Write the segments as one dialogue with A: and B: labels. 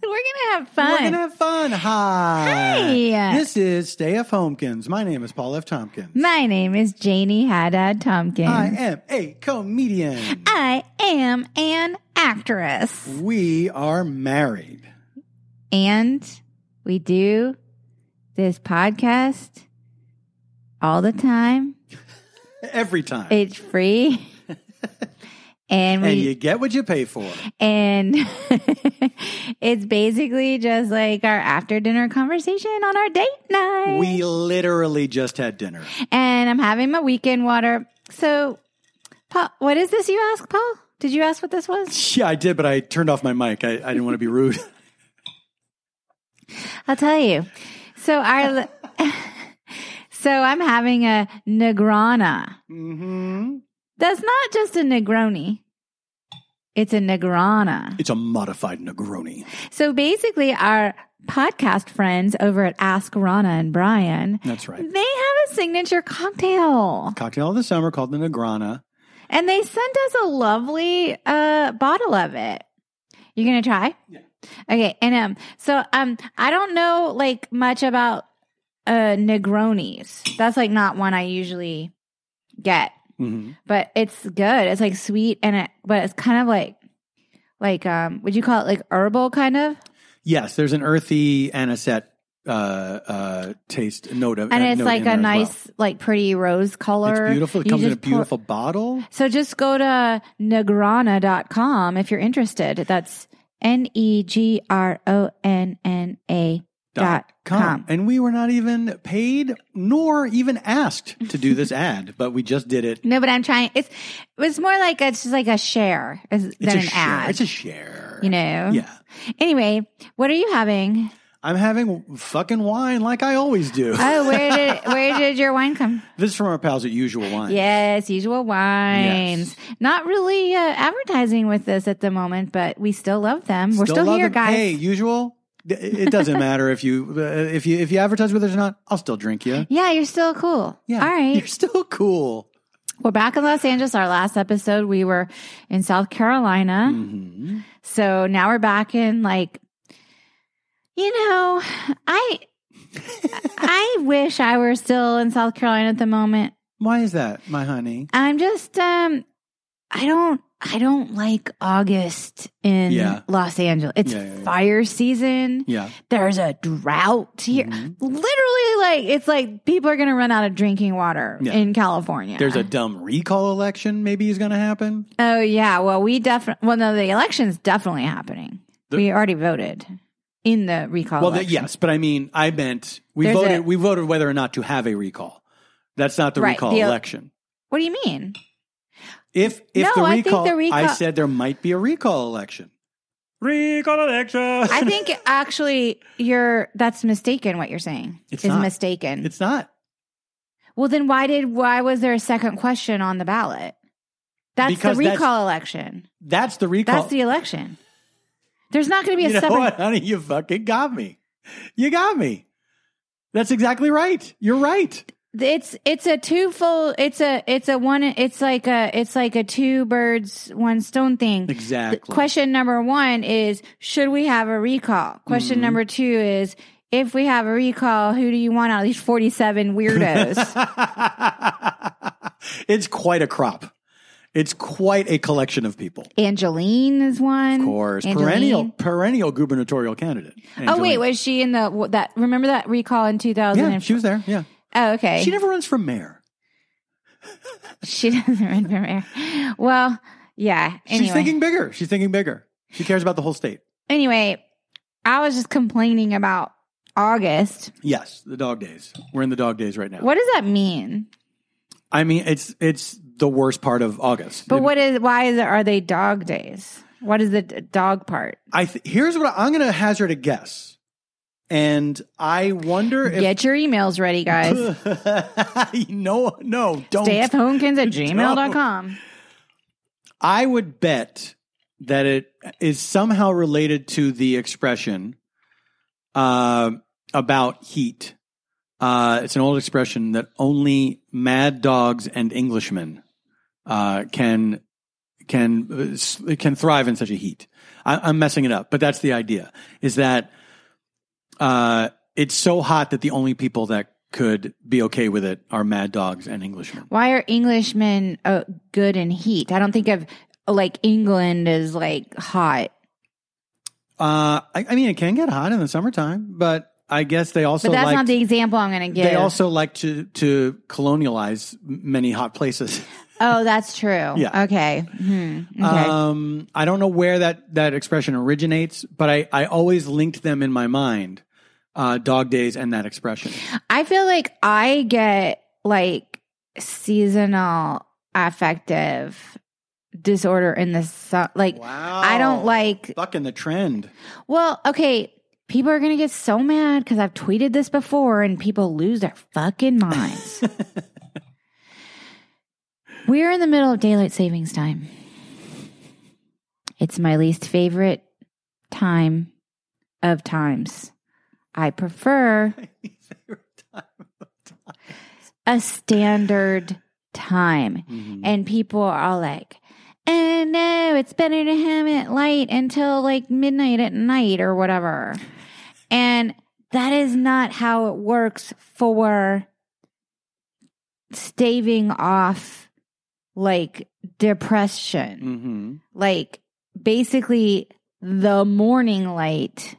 A: We're gonna have fun.
B: We're gonna have fun. Hi.
A: Hi.
B: This is Stay F Homekins. My name is Paul F. Tompkins.
A: My name is Janie Haddad Tompkins.
B: I am a comedian.
A: I am an actress,
B: We are married.
A: and we do this podcast all the time.
B: Every time.
A: It's free, and we
B: and you get what you pay for.
A: and it's basically just like our after dinner conversation on our date night.
B: We literally just had dinner.
A: and I'm having my weekend water. So, Paul, what is this you asked, Paul? Did you ask what this was?
B: Yeah, I did, but I turned off my mic. I, I didn't want to be rude.
A: I'll tell you. So our so I'm having a Negrana. Mm-hmm.
B: hmm
A: That's not just a Negroni. It's a Negrana.
B: It's a modified Negroni.
A: So basically, our podcast friends over at Ask Rana and Brian,
B: That's
A: they
B: right.
A: have a signature cocktail.
B: Cocktail of the summer called the Negrana.
A: And they sent us a lovely uh, bottle of it. You gonna try?
B: Yeah.
A: Okay. And um, so um, I don't know like much about uh Negronis. That's like not one I usually get,
B: hmm
A: but it's good. It's like sweet and it, but it's kind of like like um, would you call it like herbal kind of?
B: Yes, there's an earthy anisette uh, uh, taste note of
A: And
B: uh,
A: it's
B: note
A: like
B: in there
A: a
B: as well.
A: nice like pretty rose color.
B: It's beautiful. It
A: You
B: comes in a
A: just pour-
B: beautiful bottle.
A: So just go to negrana.com if you're interested. That's N E G R O N N A dot com.
B: And we were not even paid nor even asked to do this ad, but we just did it.
A: No, but I'm trying. It's it's more like a, it's just like a share is-
B: It's
A: than
B: a
A: an
B: share.
A: ad.
B: It's a share.
A: you know.
B: Yeah.
A: Anyway, what are you having?
B: I'm having fucking wine like I always do.
A: Oh, where did where did your wine come?
B: this is from our pals at Usual Wine.
A: Yes, usual wines. Not really uh, advertising with this at the moment, but we still love them. We're still
B: love
A: here,
B: them.
A: guys.
B: Hey, Usual. th- It doesn't matter if you uh, if you if you advertise with us or not. I'll still drink you.
A: Yeah, you're still cool.
B: Yeah.
A: All right.
B: You're still cool.
A: We're back in Los Angeles. Our last episode, we were in South Carolina.
B: Mhm.
A: So now we're back in like, you know, I, I wish I were still in South Carolina at the moment.
B: Why is that, my honey?
A: I'm just, um, I don't, I don't like August in
B: Yeah.
A: Los Angeles. It's
B: Yeah, yeah, yeah.
A: fire season.
B: Yeah.
A: There's a drought here.
B: Mhm.
A: Literally, like, it's like people are going to run out of drinking water
B: Yeah.
A: in California.
B: There's a dumb recall election. Maybe is going to happen.
A: Oh yeah, well we definitely well no the election's definitely happening.
B: The-
A: we already voted in the recall.
B: Well, the,
A: election.
B: yes, but I mean, I meant we
A: There's
B: voted.
A: a-
B: we voted whether or not to have a recall. That's not the
A: Right,
B: recall
A: the-
B: election.
A: What do you mean?
B: If if
A: No,
B: the, recall,
A: I think the recall-
B: I said there might be a recall election. Recall election.
A: I think actually you're that's mistaken. What you're saying
B: It's
A: is
B: not.
A: mistaken.
B: it's not
A: well, then why did why was there a second question on the ballot? That's
B: Because
A: the
B: that's-
A: recall election.
B: that's the recall.
A: That's the election. There's not going to be a
B: you know
A: separate.
B: what, honey? You fucking got me. You got me. That's exactly right. You're right.
A: It's it's a twofold. It's a it's a one. It's like a it's like a two birds one stone thing.
B: Exactly.
A: Question number one is Should we have a recall? Question
B: Mhm.
A: number two is If we have a recall, who do you want out of these 47 weirdos?
B: it's quite a crop. It's quite a collection of people.
A: Angeline is one.
B: Of course,
A: Angeline.
B: perennial perennial gubernatorial candidate.
A: Mm-hmm. Oh, wait,
B: Angelina.
A: was she in the that? Remember that recall in 2000?
B: Yeah, she was there. Yeah,
A: oh, okay.
B: she never runs for mayor.
A: She doesn't remember. Well, yeah. Anyway,
B: She's thinking bigger. She's thinking bigger. She cares about the whole state.
A: anyway, I was just complaining about August.
B: Yes, the dog days. We're in the dog days right now.
A: What does that mean?
B: I mean, it's it's the worst part of August.
A: But what is? Why is it? Are they dog days? What is the d- dog part?
B: I th- here's what I, am going to hazard a guess, and I wonder if
A: Get your emails ready, guys.
B: no, no, don't.
A: Stay at homekins at gmail.com.
B: I would bet that it is somehow related to the expression uh, about heat. Uh, it's an old expression that only mad dogs and Englishmen uh, can can uh, s- can thrive in such a heat. I, I'm messing it up, but that's the idea. Is that uh, it's so hot that the only people that could be okay with it are mad dogs and Englishmen.
A: Why are Englishmen uh, good in heat? I don't think of like England as like hot,
B: Uh, I, I mean, it can get hot in the summertime, but I guess they also
A: but that's
B: like
A: not the example I'm going to give.
B: they also like to to colonialize many hot places.
A: oh, that's true. Yeah. Okay. Hmm. Okay.
B: Um, I don't know where that, that expression originates, but I, I always linked them in my mind, uh, dog days and that expression.
A: I feel like I get like seasonal affective disorder in the sun. Like,
B: Wow.
A: I don't like
B: Bucking the trend.
A: Well, okay. People are going to get so mad because I've tweeted this before and people lose their fucking minds. We're in the middle of daylight savings time. It's my least favorite time of times. I prefer
B: Mm-hmm.
A: a standard time.
B: Mhm.
A: And people are all like, oh no, it's better to have it light until like midnight at night or whatever. And that is not how it works for staving off like depression.
B: Mhm.
A: Like basically, the morning light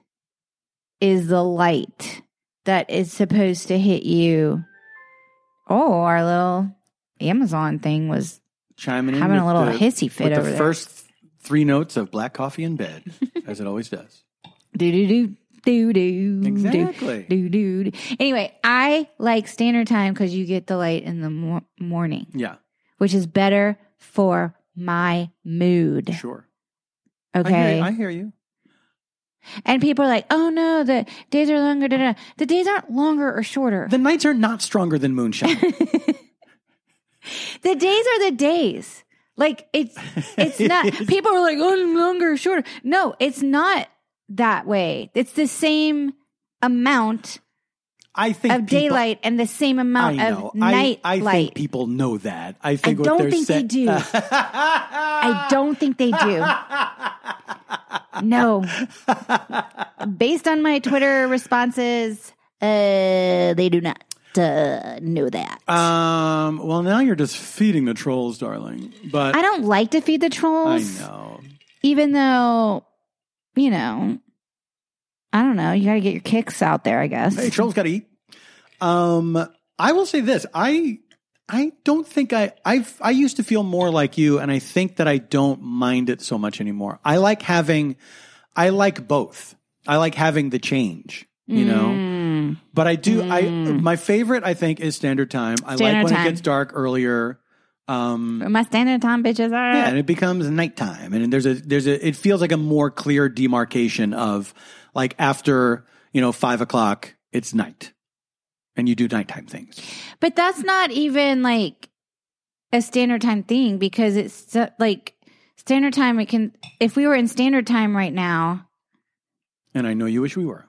A: is the light that is supposed to hit you. Oh, our little Amazon thing was
B: Chiming in
A: having a
B: with
A: little
B: the,
A: hissy fit
B: with
A: over
B: the
A: there.
B: first three notes of black coffee in bed, as it always does.
A: do do do do do
B: Exactly.
A: do do. do. Anyway, I like standard time because you get the light in the mor- morning,
B: Yeah,
A: which is better for my mood.
B: sure. I hear
A: Okay,
B: you. I hear you.
A: and people are like, "Oh no, the days are longer." Da, da. The days aren't longer or shorter.
B: The nights are not stronger than moonshine.
A: the days are the days. Like it's it's not people are like, oh longer, shorter. No, it's not that way. It's the same amount
B: I think
A: of
B: people-
A: daylight and the same
B: I
A: amount
B: know.
A: of night
B: I, I
A: light.
B: think people know that. I think what
A: don't
B: they're
A: think they
B: sa-
A: do. I don't think they do. No. Based on my Twitter responses, uh, they do not uh, know that.
B: Um. Well, now you're just feeding the trolls, darling. But
A: I don't like to feed the
B: I
A: trolls.
B: know.
A: even though, you know, I don't know, you got to get your kicks out there, I guess.
B: Hey, trolls got to eat. Um. I will say this. I. I don't think I. I've. I used to feel more like you, and I think that I don't mind it so much anymore. I like having. I like both. I like having the change. You know.
A: Mm.
B: But I do. I
A: Mm.
B: my favorite, I think, is Standard Time. I
A: Standard
B: like when
A: Time.
B: it gets dark earlier. Um,
A: my standard time bitches are
B: yeah, and it becomes nighttime, and there's a there's a it feels like a more clear demarcation of like after you know five o'clock, it's night, and you do nighttime things.
A: But that's not even like a standard time thing because it's so- like standard time. It can, if we were in standard time right now,
B: And I know you wish we were.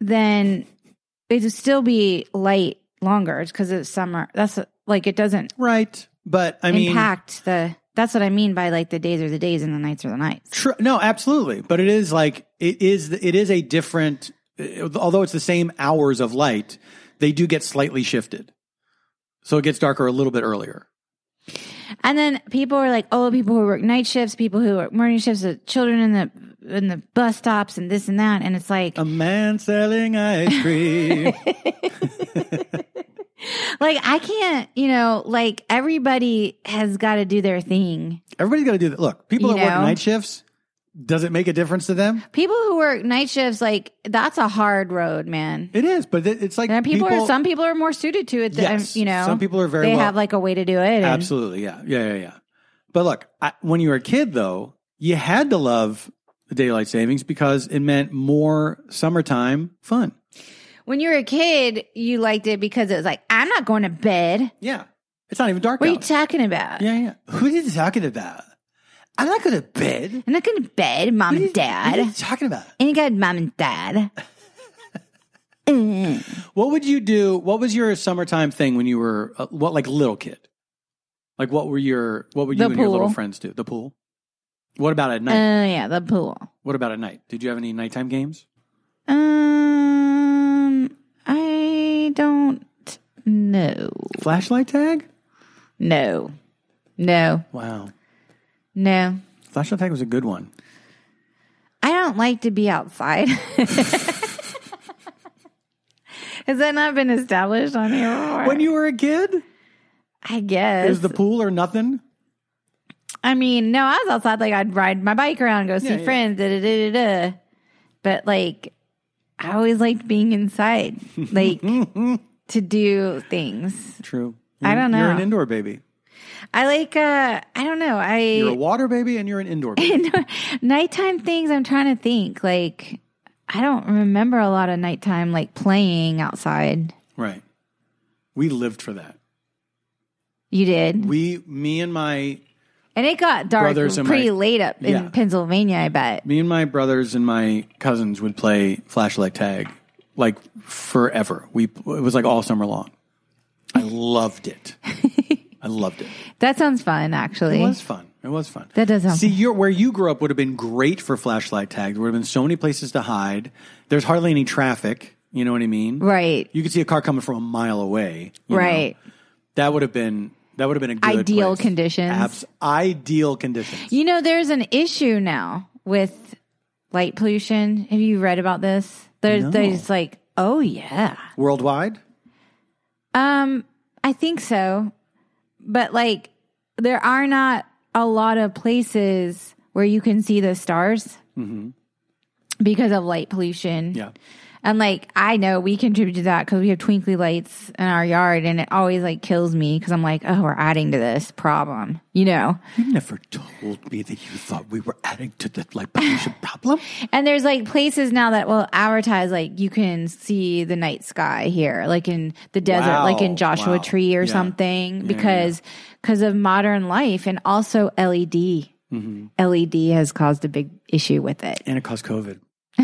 A: then it would still be light longer because it's summer. That's like it doesn't
B: Right, but I mean,
A: impact the. That's what I mean by like the days are the days and the nights are the nights.
B: True. No, absolutely. But it is like it is. It is a different. Although it's the same hours of light, they do get slightly shifted, so it gets darker a little bit earlier.
A: And then people are like, oh, people who work night shifts, people who work morning shifts, the children in the in the bus stops and this and that. And it's like,
B: A man selling ice cream.
A: like I can't, you know, like everybody has got to do their thing.
B: Everybody's got to do that. Look, people
A: You
B: that
A: know.
B: work night shifts. Does it make a difference to them?
A: People who work night shifts, like that's a hard road, man.
B: It is, but it- it's like
A: And people, are some people are more suited to it than
B: Yes.
A: you know.
B: Some people are very
A: they
B: well-
A: have like a way to do it. and-
B: Absolutely, yeah, yeah, yeah, yeah. But look, I, when you were a kid, though, you had to love the daylight savings because it meant more summertime fun.
A: When you were a kid, you liked it because it was like, I'm not going to bed.
B: Yeah, it's not even dark.
A: What are you
B: out.
A: talking about?
B: yeah, yeah. Who are you talking about? I'm not going to bed.
A: I'm not going to bed, mom and
B: What are you
A: dad.
B: talking about?
A: Any good mom and dad. Mm.
B: What would you do? What was your summertime thing when you were uh, what like little kid? Like what were your what would you
A: The
B: and your little
A: pool.
B: friends do? The pool. What about at
A: Oh,
B: night?
A: yeah, the pool.
B: what about at night? Did you have any nighttime games?
A: Um, I don't know.
B: Flashlight tag?
A: No, no,
B: Wow.
A: no.
B: Flashlight tag was a good one.
A: I don't like to be outside. Has that not been established on here before?
B: When you were a kid,
A: I
B: it
A: guess.
B: was the pool or nothing.
A: I mean, no, I was outside. Like I'd ride my bike around, go see
B: yeah.
A: friends, da da da da da. But like, I always liked being inside, like to do things.
B: True.
A: I don't
B: You're
A: know.
B: an indoor baby.
A: I like. uh I don't know. I
B: You're a water baby and you're an indoor baby.
A: nighttime things. I'm trying to think. Like, I don't remember a lot of nighttime like playing outside.
B: right. We lived for that.
A: You did,
B: We, me and my,
A: and it got dark
B: Brothers and
A: pretty
B: my-
A: late up in
B: Yeah.
A: Pennsylvania. I bet.
B: me and my brothers and my cousins would play flashlight tag like forever. We, it was like all summer long. I loved it. I loved it.
A: That sounds fun, actually.
B: It was fun. It was fun.
A: That does sound
B: See, your, where you grew up would have been great for flashlight tags. There would have been so many places to hide. There's hardly any traffic. You know what I mean?
A: right,
B: You could see a car coming from a mile away. you know?
A: right.
B: That would have been that would have been a good
A: Ideal
B: place.
A: conditions.
B: Abs- ideal conditions.
A: You know, there's an issue now with light pollution. Have you read about this? There's,
B: No.
A: there's like, oh yeah,
B: Worldwide.
A: um, I think so, but like, there are not a lot of places where you can see the stars because of light pollution.
B: Yeah.
A: And like I know we contribute to that because we have twinkly lights in our yard, and it always like kills me because I'm like, oh, we're adding to this problem, you know.
B: You never told me that you thought we were adding to the light pollution problem.
A: And there's like places now that will advertise like you can see the night sky here, like in the desert,
B: Wow.
A: like in Joshua
B: Wow.
A: Tree or
B: Yeah.
A: something, because because of modern life and also E LED.
B: Mm-hmm.
A: LED E has caused a big issue with it.
B: And it caused COVID.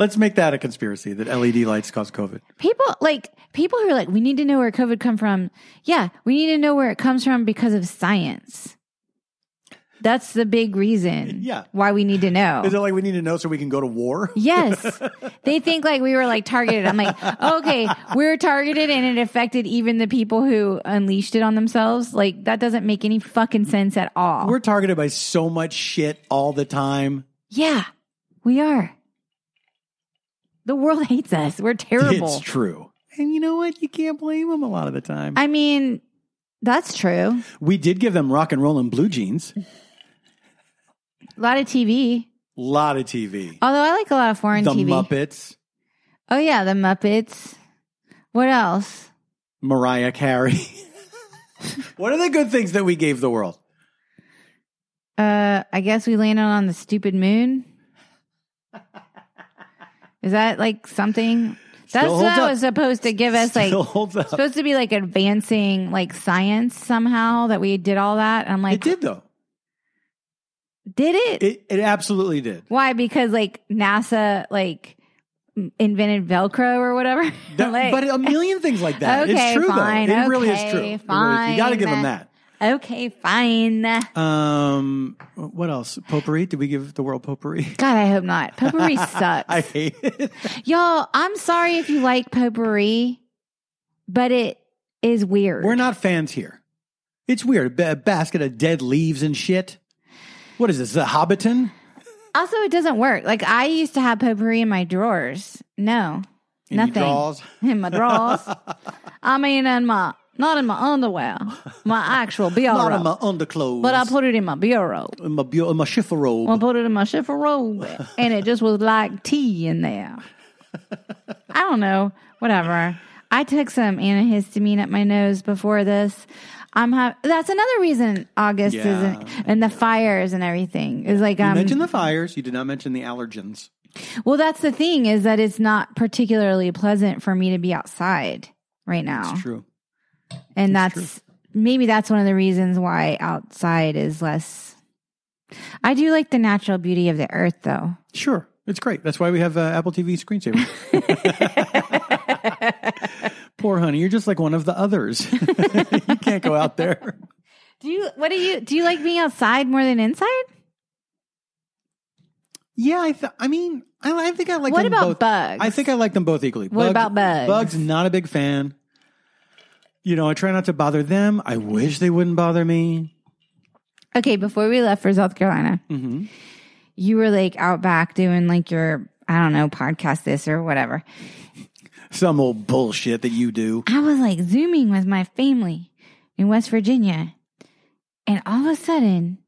B: Let's make that a conspiracy that LED lights cause COVID.
A: People like people who are like, we need to know where COVID come from. Yeah, we need to know where it comes from because of science. That's the big reason.
B: Yeah.
A: why we need to know.
B: Is it like we need to know so we can go to war?
A: Yes. they think like we were like targeted. I'm like, okay, we were targeted and it affected even the people who unleashed it on themselves. Like that doesn't make any fucking sense at all.
B: We're targeted by so much shit all the time.
A: yeah, we are. The world hates us. We're terrible.
B: It's true. And you know what? You can't blame them a lot of the time.
A: I mean, that's true.
B: we did give them rock and roll and blue jeans.
A: A
B: A
A: lot of TV.
B: lot of TV.
A: Although I like a lot of foreign
B: the
A: TV.
B: Muppets,
A: Oh yeah, the Muppets. What else?
B: Mariah Carey. what are the good things that we gave the world?
A: Uh, I guess we landed on the stupid moon. Is that like something? That's
B: Still holds
A: what
B: up.
A: was supposed to give us
B: Still
A: like
B: holds up.
A: supposed to be like advancing like science somehow that we did all that. And I'm like,
B: it did though.
A: did it?
B: It it absolutely did.
A: Why? Because like NASA like invented Velcro or whatever.
B: That-
A: Like,
B: but a million things like that.
A: Okay,
B: it's true
A: fine,
B: though. It really
A: okay,
B: is true. It really is-
A: fine.
B: You got to give them that.
A: okay, fine. God,
B: Um, what else? Potpourri? Did we give the world potpourri?
A: I hope not. Potpourri sucks.
B: I hate it.
A: Y'all, I'm sorry if you like potpourri, but it is weird.
B: We're not fans here. It's weird. Ba- A basket of dead leaves and shit. What is this? The Hobbiton?
A: also, it doesn't work. Like I used to have potpourri in my drawers. No,
B: In your
A: nothing
B: drawers?
A: in my drawers. I mean, in my not in my underwear, my actual bureau.
B: Not in my underclothes.
A: but I put it in my bureau.
B: in my, bu- in my chiffon robe.
A: I put it in my chiffon robe, and it just was like tea in there. I don't know. Whatever. I took some antihistamine up my nose before this. I'm ha- that's another reason August
B: Yeah.
A: is and the fires and everything is like um
B: mention the fires. You did not mention the allergens.
A: well that's the thing is that it's not particularly pleasant for me to be outside right now
B: It's true.
A: and that's maybe that's one of the reasons why outside is less I do like the natural beauty of the earth though
B: Sure. It's great. That's why we have uh, Apple TV screensaver. Poor honey. You're just like one of the others. you can't go out there.
A: Do you what do you do you like being outside more than inside?
B: Yeah, I, th- I mean, I, I think I like
A: what
B: them
A: about
B: both.
A: bugs?
B: I think I like them both equally.
A: What about bugs?
B: Bugs, not a big fan. You know, I try not to bother them. I wish they wouldn't bother me.
A: Okay, before we left for South Carolina,
B: hmm
A: you were like out back doing like your I don't know, podcast this or whatever.
B: Some old bullshit that you do.
A: I was like zooming with my family in West Virginia. And all of a sudden,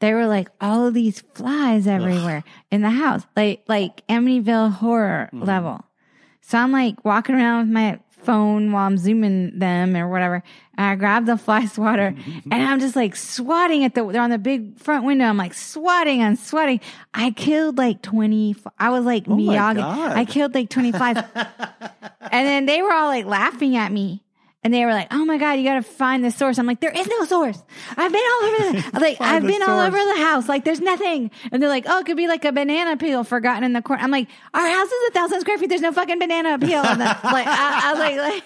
A: there were like all of these flies everywhere in the house, like like Amityville horror
B: Mhm.
A: level. So I'm like walking around with my phone while I'm zooming them or whatever. And I grab the fly swatter and I'm just like swatting at the they're on the big front window. I'm like swatting and swatting. I killed like 20 fl- I was like
B: Oh my
A: Miyagi.
B: God.
A: I killed like 25 and then they were all like laughing at me. And they were like, "Oh my god, you got to find the source." I'm like, "There is no source. I've been all over the like
B: Find
A: I've
B: the
A: been all
B: source.
A: over the house. Like there's nothing." And they're like, "Oh, it could be like a banana peel forgotten in the corner." I'm like, "Our house is a thousand square feet. There's no fucking banana peel." On the, like I, I was like, like,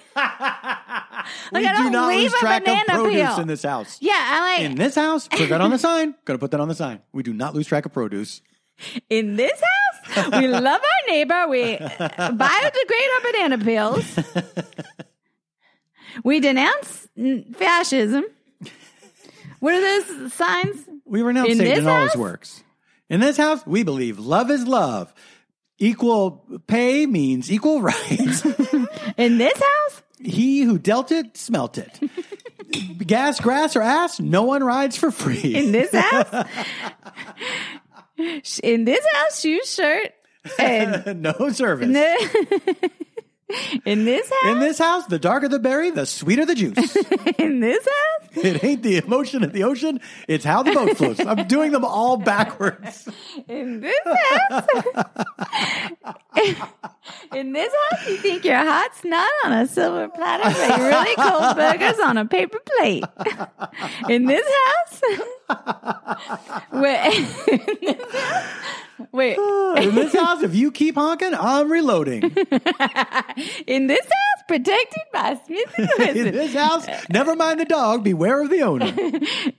B: we
A: I
B: do
A: don't
B: not
A: leave
B: lose
A: a
B: track of
A: banana
B: produce
A: peel.
B: in this house.
A: yeah, I like
B: In
A: in,
B: this house, put that on the sign. Gonna put that on the sign. We do not lose track of produce.
A: this house we love our neighbor. We biodegrade our banana peels. we denounce mm, fascism. What are those signs?
B: We were now
A: In
B: Satan
A: this
B: in all his
A: house?
B: works. In this house, we believe love is love. Equal pay means equal rights.
A: In this house?
B: he who dealt it, smelt it. Gas, grass, or ass, no one rides for free.
A: In this house? In this house, shoes, shirt, and
B: no service.
A: in this house,
B: in this house, the darker the berry, the sweeter the juice.
A: in this house,
B: it ain't the emotion of the ocean, it's how the boat floats. I'm doing them all backwards.
A: in this house, in this house, you think you're hot snot on a silver platter, but you're really cold burgers on a paper plate. In this house, wait, in this house, wait,
B: In this house, if you keep honking, I'm reloading.
A: in this house, protected by Smith and
B: In
A: Wesson.
B: this house, never mind the dog, beware of the owner.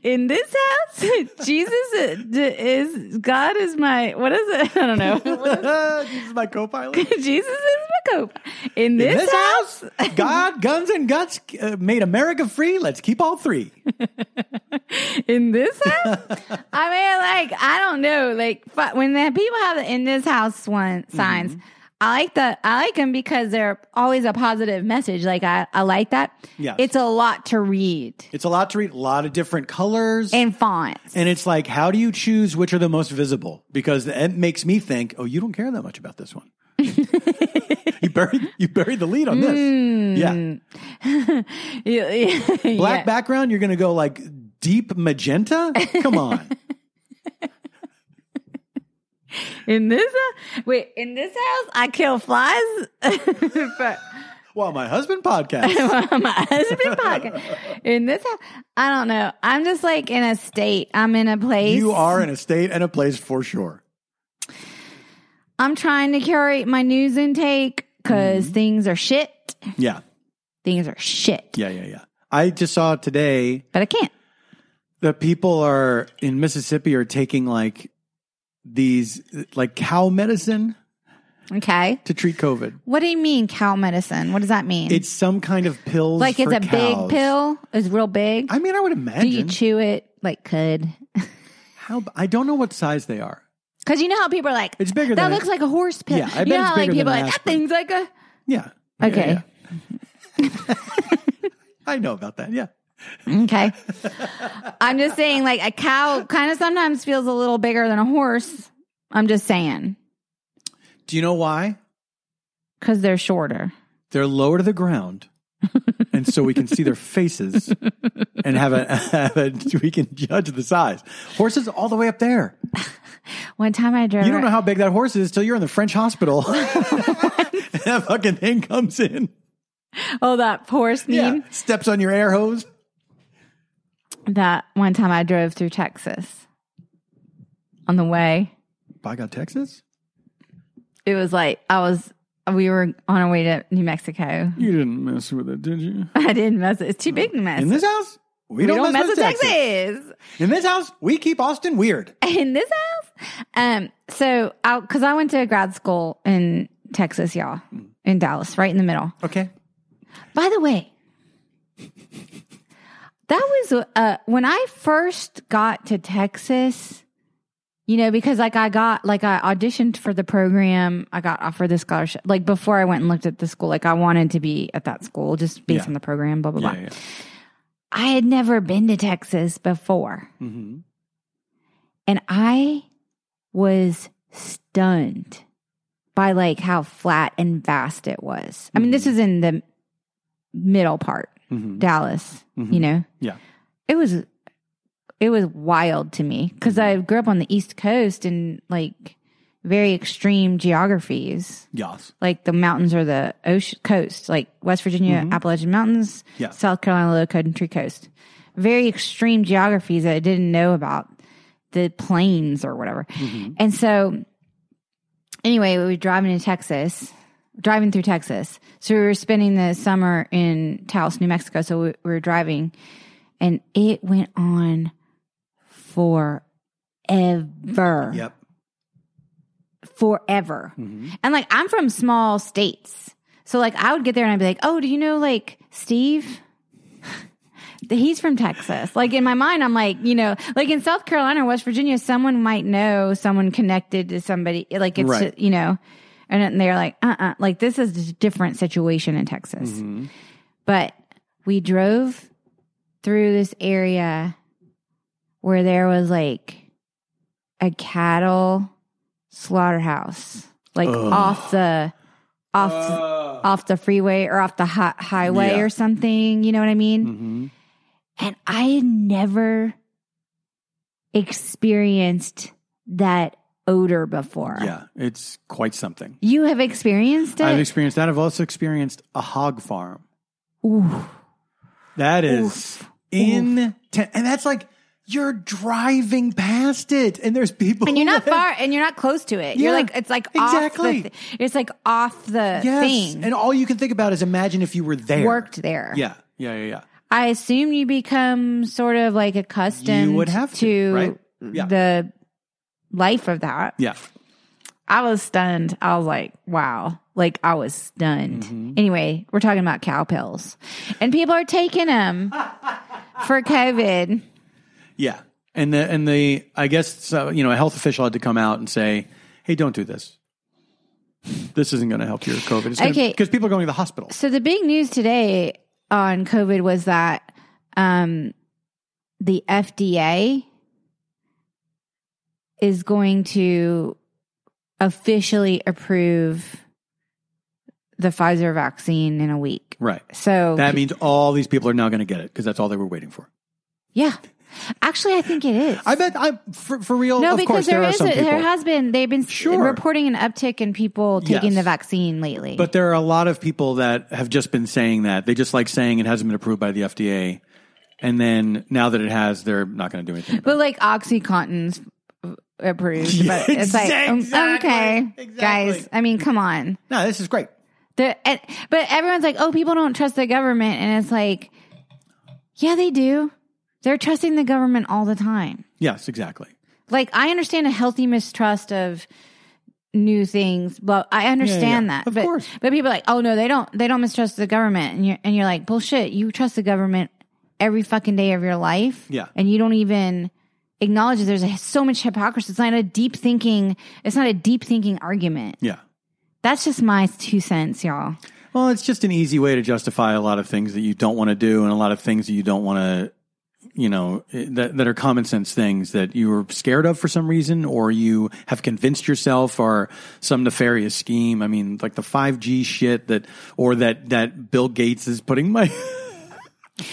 A: in this house, Jesus is- is God is my what is it? I don't know.
B: this is my co pilot.
A: Jesus is my cope. In this,
B: In this
A: house,
B: house, God, guns, and guts uh, made America free. Let's keep all three.
A: in this house, I mean, like I don't know, like fu- when the people have the in this house one signs,
B: Mm-hmm.
A: I like the I like them because they're always a positive message. Like I I like that.
B: Yes.
A: it's a lot to read
B: It's a lot to read, a lot of different colors.
A: and fonts.
B: And it's like, how do you choose which are the most visible? Because it makes me think, oh, you don't care that much about this one. you buried you buried the lead on this. Yeah.
A: Yeah, yeah.
B: Black background, you're gonna go like deep magenta? Come on.
A: in this house, wait in this house, I kill flies. but,
B: well, my husband podcast.
A: my husband pocket in this house. I don't know. I'm just like in a state. I'm in a place.
B: you are in a state and a place for sure.
A: I'm trying to curate my news intake because
B: Mm-hmm.
A: things are shit.
B: Yeah.
A: Things are shit.
B: Yeah, yeah, yeah. I just saw today
A: But I can't.
B: that people are in Mississippi are taking like these like cow medicine
A: Okay.
B: to treat COVID.
A: What do you mean cow medicine? What does that mean?
B: It's some kind of pills.
A: like it's
B: for
A: a
B: cows.
A: big pill. It's real big.
B: I mean, I would
A: do
B: imagine.
A: you chew it? Like could?
B: How I don't know what size they are.
A: Because you know how people are like.
B: It's bigger
A: that
B: than
A: looks like a horse pill.
B: Yeah, I
A: you
B: bet
A: know
B: it's
A: how like
B: bigger
A: people
B: than
A: are like that
B: aspirin.
A: thing's like a.
B: yeah.
A: Okay.
B: Yeah, yeah. I know about that. Yeah.
A: Mm, Okay. I'm just saying, like, a cow kind of sometimes feels a little bigger than a horse. I'm just saying,
B: Do you know why?
A: because they're shorter.
B: They're lower to the ground. and so we can see their faces and have a, have a we can judge the size. Horses all the way up there.
A: One time I drove.
B: You don't know how big that horse is till you're in the French hospital. and that fucking thing comes in.
A: oh, that horse meme.
B: Yeah. Steps on your air hose.
A: That one time I drove through Texas on the way.
B: By God, Texas?
A: It was like, I was, we were on our way to New Mexico.
B: You didn't mess with it, did you?
A: I didn't mess it. It's too big to mess.
B: In this house? We, don't, mess, with Texas.
A: Texas.
B: In this house, we keep Austin weird.
A: in this house. Um, so I because I went to grad school in Texas, y'all, in Dallas, right in the middle.
B: Okay.
A: By the way, that was uh, when I first got to Texas. You know, because like I got like I auditioned for the program, I got offered the scholarship. Like before I went and looked at the school, like I wanted to be at that school just based
B: Yeah.
A: on the program, blah blah
B: Yeah,
A: blah.
B: yeah.
A: I had never been to Texas before.
B: hmm
A: And I was stunned by like how flat and vast it was. I mean,
B: Mm.
A: this is in the middle part,
B: hmm
A: Dallas, you know?
B: Yeah.
A: It was it was wild to me because I grew up on the East Coast in like very extreme geographies.
B: Yes.
A: Like the mountains or the ocean coast, like West Virginia, Appalachian Mountains,
B: Yeah.
A: South Carolina Low Country Coast. Very extreme geographies that I didn't know about, the plains or whatever.
B: Mhm.
A: And so, anyway, we were driving to Texas, driving through Texas. So we were spending the summer in Taos, New Mexico. So we, we were driving, and it went on forever,
B: Yep.
A: forever.
B: hmm
A: And like, I'm from small states. So like, I would get there and I'd be like, oh, do you know like Steve? He's from Texas. Like in my mind, I'm like, you know, like in South Carolina, West Virginia, someone might know someone connected to somebody. Like it's,
B: Right.
A: you know, and they're like, uh uh like this is a different situation in Texas.
B: Mm-hmm.
A: But we drove through this area where there was like a cattle slaughterhouse, like
B: Ugh.
A: off the off off the freeway or off the hi- highway
B: Yeah.
A: or something. You know what I mean?
B: hmm
A: And I had never experienced that odor before.
B: Yeah, it's quite something.
A: You have experienced it.
B: I've experienced that. I've also experienced a hog farm.
A: Ooh.
B: That is in and that's like you're driving past it, and there's people,
A: and you're not
B: that-
A: far and you're not close to it you're
B: Yeah,
A: like it's like
B: exactly.
A: off the thi- it's like off the
B: Yes,
A: thing
B: and all you can think about is imagine if you were there.
A: worked there
B: Yeah, yeah, yeah, yeah.
A: i assume you become sort of like accustomed
B: You would have to, right? Yeah.
A: the life of that
B: Yeah.
A: i was stunned i was like wow like i was stunned
B: Mm-hmm.
A: anyway we're talking about cow pills and people are taking them for covid
B: Yeah, and the and the I guess so, you know a health official had to come out and say, "Hey, don't do this. This isn't going to help your COVID." It's
A: Okay.
B: because people are going to the hospital.
A: So the big news today on COVID was that um, the FDA is going to officially approve the Pfizer vaccine in a week.
B: Right.
A: So
B: That means all these people are now going to get it because that's all they were waiting for.
A: yeah, actually, I think it is.
B: I bet I for, for real.
A: no,
B: of
A: because
B: course there,
A: there
B: are
A: is
B: some
A: a,
B: people,
A: there has been they've been s-
B: Sure.
A: reporting an uptick in people taking
B: Yes.
A: the vaccine lately.
B: but there are a lot of people that have just been saying that they just like saying it hasn't been approved by the FDA, and then now that it has, they're not going to do anything. About
A: But like OxyContin's approved,
B: Yeah,
A: but it's like um,
B: exactly,
A: okay, guys.
B: exactly.
A: I mean, come on.
B: it. No, this is great.
A: The, and, but everyone's like, oh, people don't trust the government, and it's like, yeah, they do. They're trusting the government all the time.
B: Yes, exactly.
A: Like I understand a healthy mistrust of new things. Well, I understand
B: yeah.
A: that.
B: Of
A: but,
B: course.
A: But people are like, oh no, they don't. They don't mistrust the government, and you're and you're like, bullshit. You trust the government every fucking day of your life.
B: Yeah.
A: and you don't even acknowledge that there's a, so much hypocrisy. It's not a deep thinking. It's not a deep thinking argument.
B: Yeah.
A: That's just my two cents, y'all.
B: Well, it's just an easy way to justify a lot of things that you don't want to do and a lot of things that you don't want to, you know, eh, that, that are common sense things that you were scared of for some reason or you have convinced yourself are some nefarious scheme. I mean, like the 5G shit that, or that, that Bill Gates is putting my.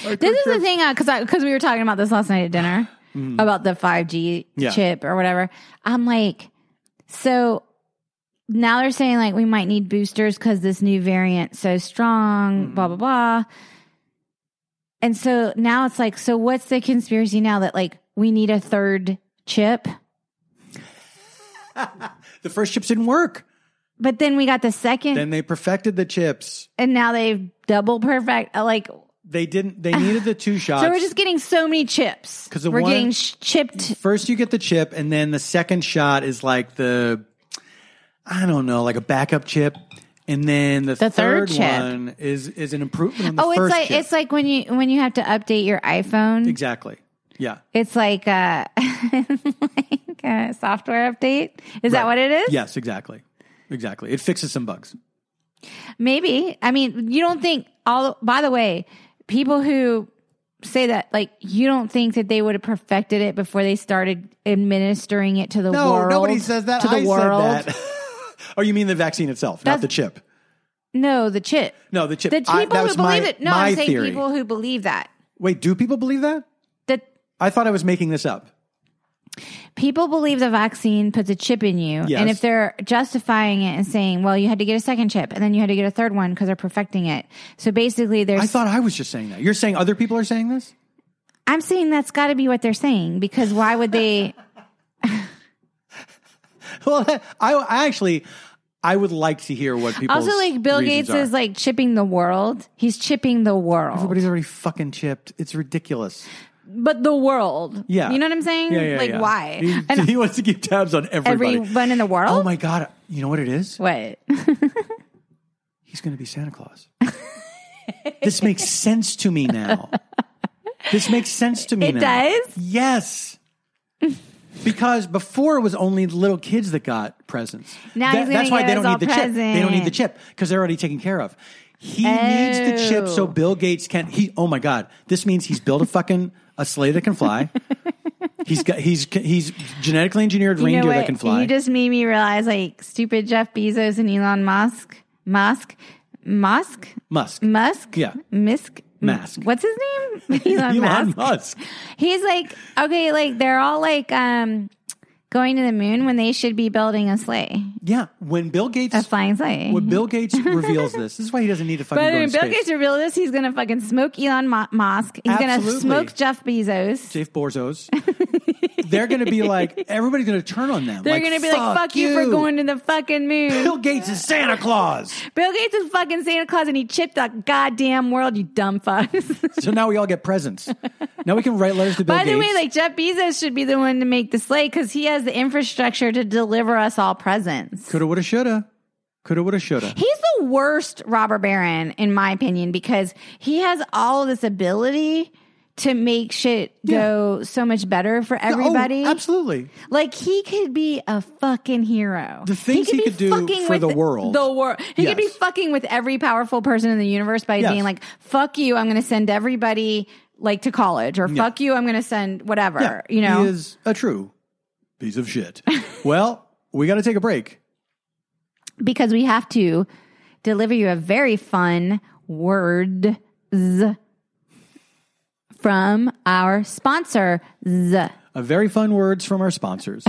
A: This is the thing uh, because because we were talking about this last night at dinner about the five G
B: Mm-hmm. Yeah.
A: chip or whatever. I'm like, so now they're saying like we might need boosters because this new variant's so strong,
B: Mm-hmm.
A: blah blah blah. And so now it's like, so what's the conspiracy now that like we need a third chip?
B: the first chips didn't work.
A: But then we got the second,
B: Then they perfected the chips.
A: and now they've double perfect. uh, Like
B: they didn't. They needed the two shots.
A: So we're just getting so many chips.
B: 'Cause the
A: we're
B: one-
A: getting sh- chipped.
B: First, you get the chip, and then the second shot is like the, I don't know, like a backup chip, and then the,
A: The third chip.
B: one is is an improvement on the
A: Oh, it's
B: first
A: like
B: chip.
A: it's like when you when you have to update your iPhone.
B: exactly, yeah,
A: It's like a like a software update. Is that
B: Right.
A: what it is?
B: yes, exactly, exactly. It fixes some bugs.
A: Maybe. I mean, you don't think all by the way, people who say that like you don't think that they would have perfected it before they started administering it to the
B: No,
A: world.
B: nobody says that.
A: To the
B: I
A: world.
B: said that. oh, you mean the vaccine itself,
A: That's-
B: not the chip?
A: No, the chip.
B: No, the chip.
A: The
B: I-
A: people
B: that
A: who
B: was
A: believe
B: my,
A: it. No,
B: my
A: I'm saying
B: theory.
A: people who believe that.
B: Wait, do people believe that?
A: That
B: I thought I was making this up.
A: people believe the vaccine puts a chip in you.
B: Yes.
A: And if they're justifying it and saying, well, you had to get a second chip and then you had to get a third one because they're perfecting it. So basically, there's.
B: I thought I was just saying that. You're saying other people are saying this?
A: I'm saying that's got to be what they're saying because why would they.
B: Well, I, I actually, I would like to hear what people.
A: also, like Bill Gates is like chipping the world. He's chipping the world.
B: everybody's already fucking chipped. It's ridiculous.
A: but the world.
B: Yeah.
A: You know what I'm saying?
B: Yeah, yeah,
A: like,
B: yeah.
A: why?
B: He,
A: and
B: he wants to keep tabs on everybody.
A: everyone in the world?
B: Oh my god! You know what it is?
A: What?
B: He's going to be Santa Claus. this makes sense to me now. This makes sense to me.
A: It
B: now.
A: does?
B: Yes. Because before it was only little kids that got presents.
A: Now he's gonna
B: that's why
A: give
B: they
A: us
B: don't
A: all
B: need the chip. They don't need the
A: presents.
B: chip because they're already taken care of. He needs the chip so
A: Oh.
B: Bill Gates can. He oh my god! This means he's built a fucking a sleigh that can fly. he's got he's he's genetically engineered
A: You know
B: reindeer that
A: what?
B: can fly.
A: You just made me realize, like, stupid Jeff Bezos and Elon Musk, Musk, Musk,
B: Musk.
A: Musk,
B: Yeah.
A: Misk,
B: Mask.
A: What's his name? Elon, Musk.
B: Musk.
A: He's like, okay, like they're all like um going to the moon when they should be building a sleigh,
B: Yeah, when Bill Gates
A: a flying sleigh.
B: when Bill Gates reveals this, this is why he doesn't need to fucking
A: but
B: go
A: when
B: in
A: Bill
B: space.
A: Gates revealed this, he's gonna fucking smoke Elon Mu- Musk. He's
B: Absolutely.
A: gonna smoke Jeff Bezos.
B: Dave Borzos, they're going to be like, everybody's going to turn on them.
A: They're gonna be like, "Fuck you. for going to the fucking moon."
B: Bill Gates is Santa Claus.
A: Bill Gates is fucking Santa Claus, and he chipped the goddamn world. You dumb fucks.
B: so now we all get presents. Now we can write letters to Bill
A: By
B: Gates.
A: the way, like Jeff Bezos should be the one to make the sleigh because he has the infrastructure to deliver us all presents.
B: coulda, woulda, shoulda. Coulda, woulda, shoulda.
A: He's the worst robber baron, in my opinion, because he has all this ability to make shit go so much better for everybody.
B: Oh, absolutely.
A: Like he could be a fucking hero.
B: The things he
A: be
B: could do
A: fucking
B: for
A: with
B: the world.
A: The world. He could be
B: Yes.
A: fucking with every powerful person in the universe by
B: Yes.
A: being like, "Fuck you, I'm going to send everybody like to college," or "Fuck you, I'm going to send whatever." You know,
B: He is a true piece of shit. well, we got to take a break.
A: because we have to deliver you a very fun words from our sponsor.
B: A very fun words from our sponsors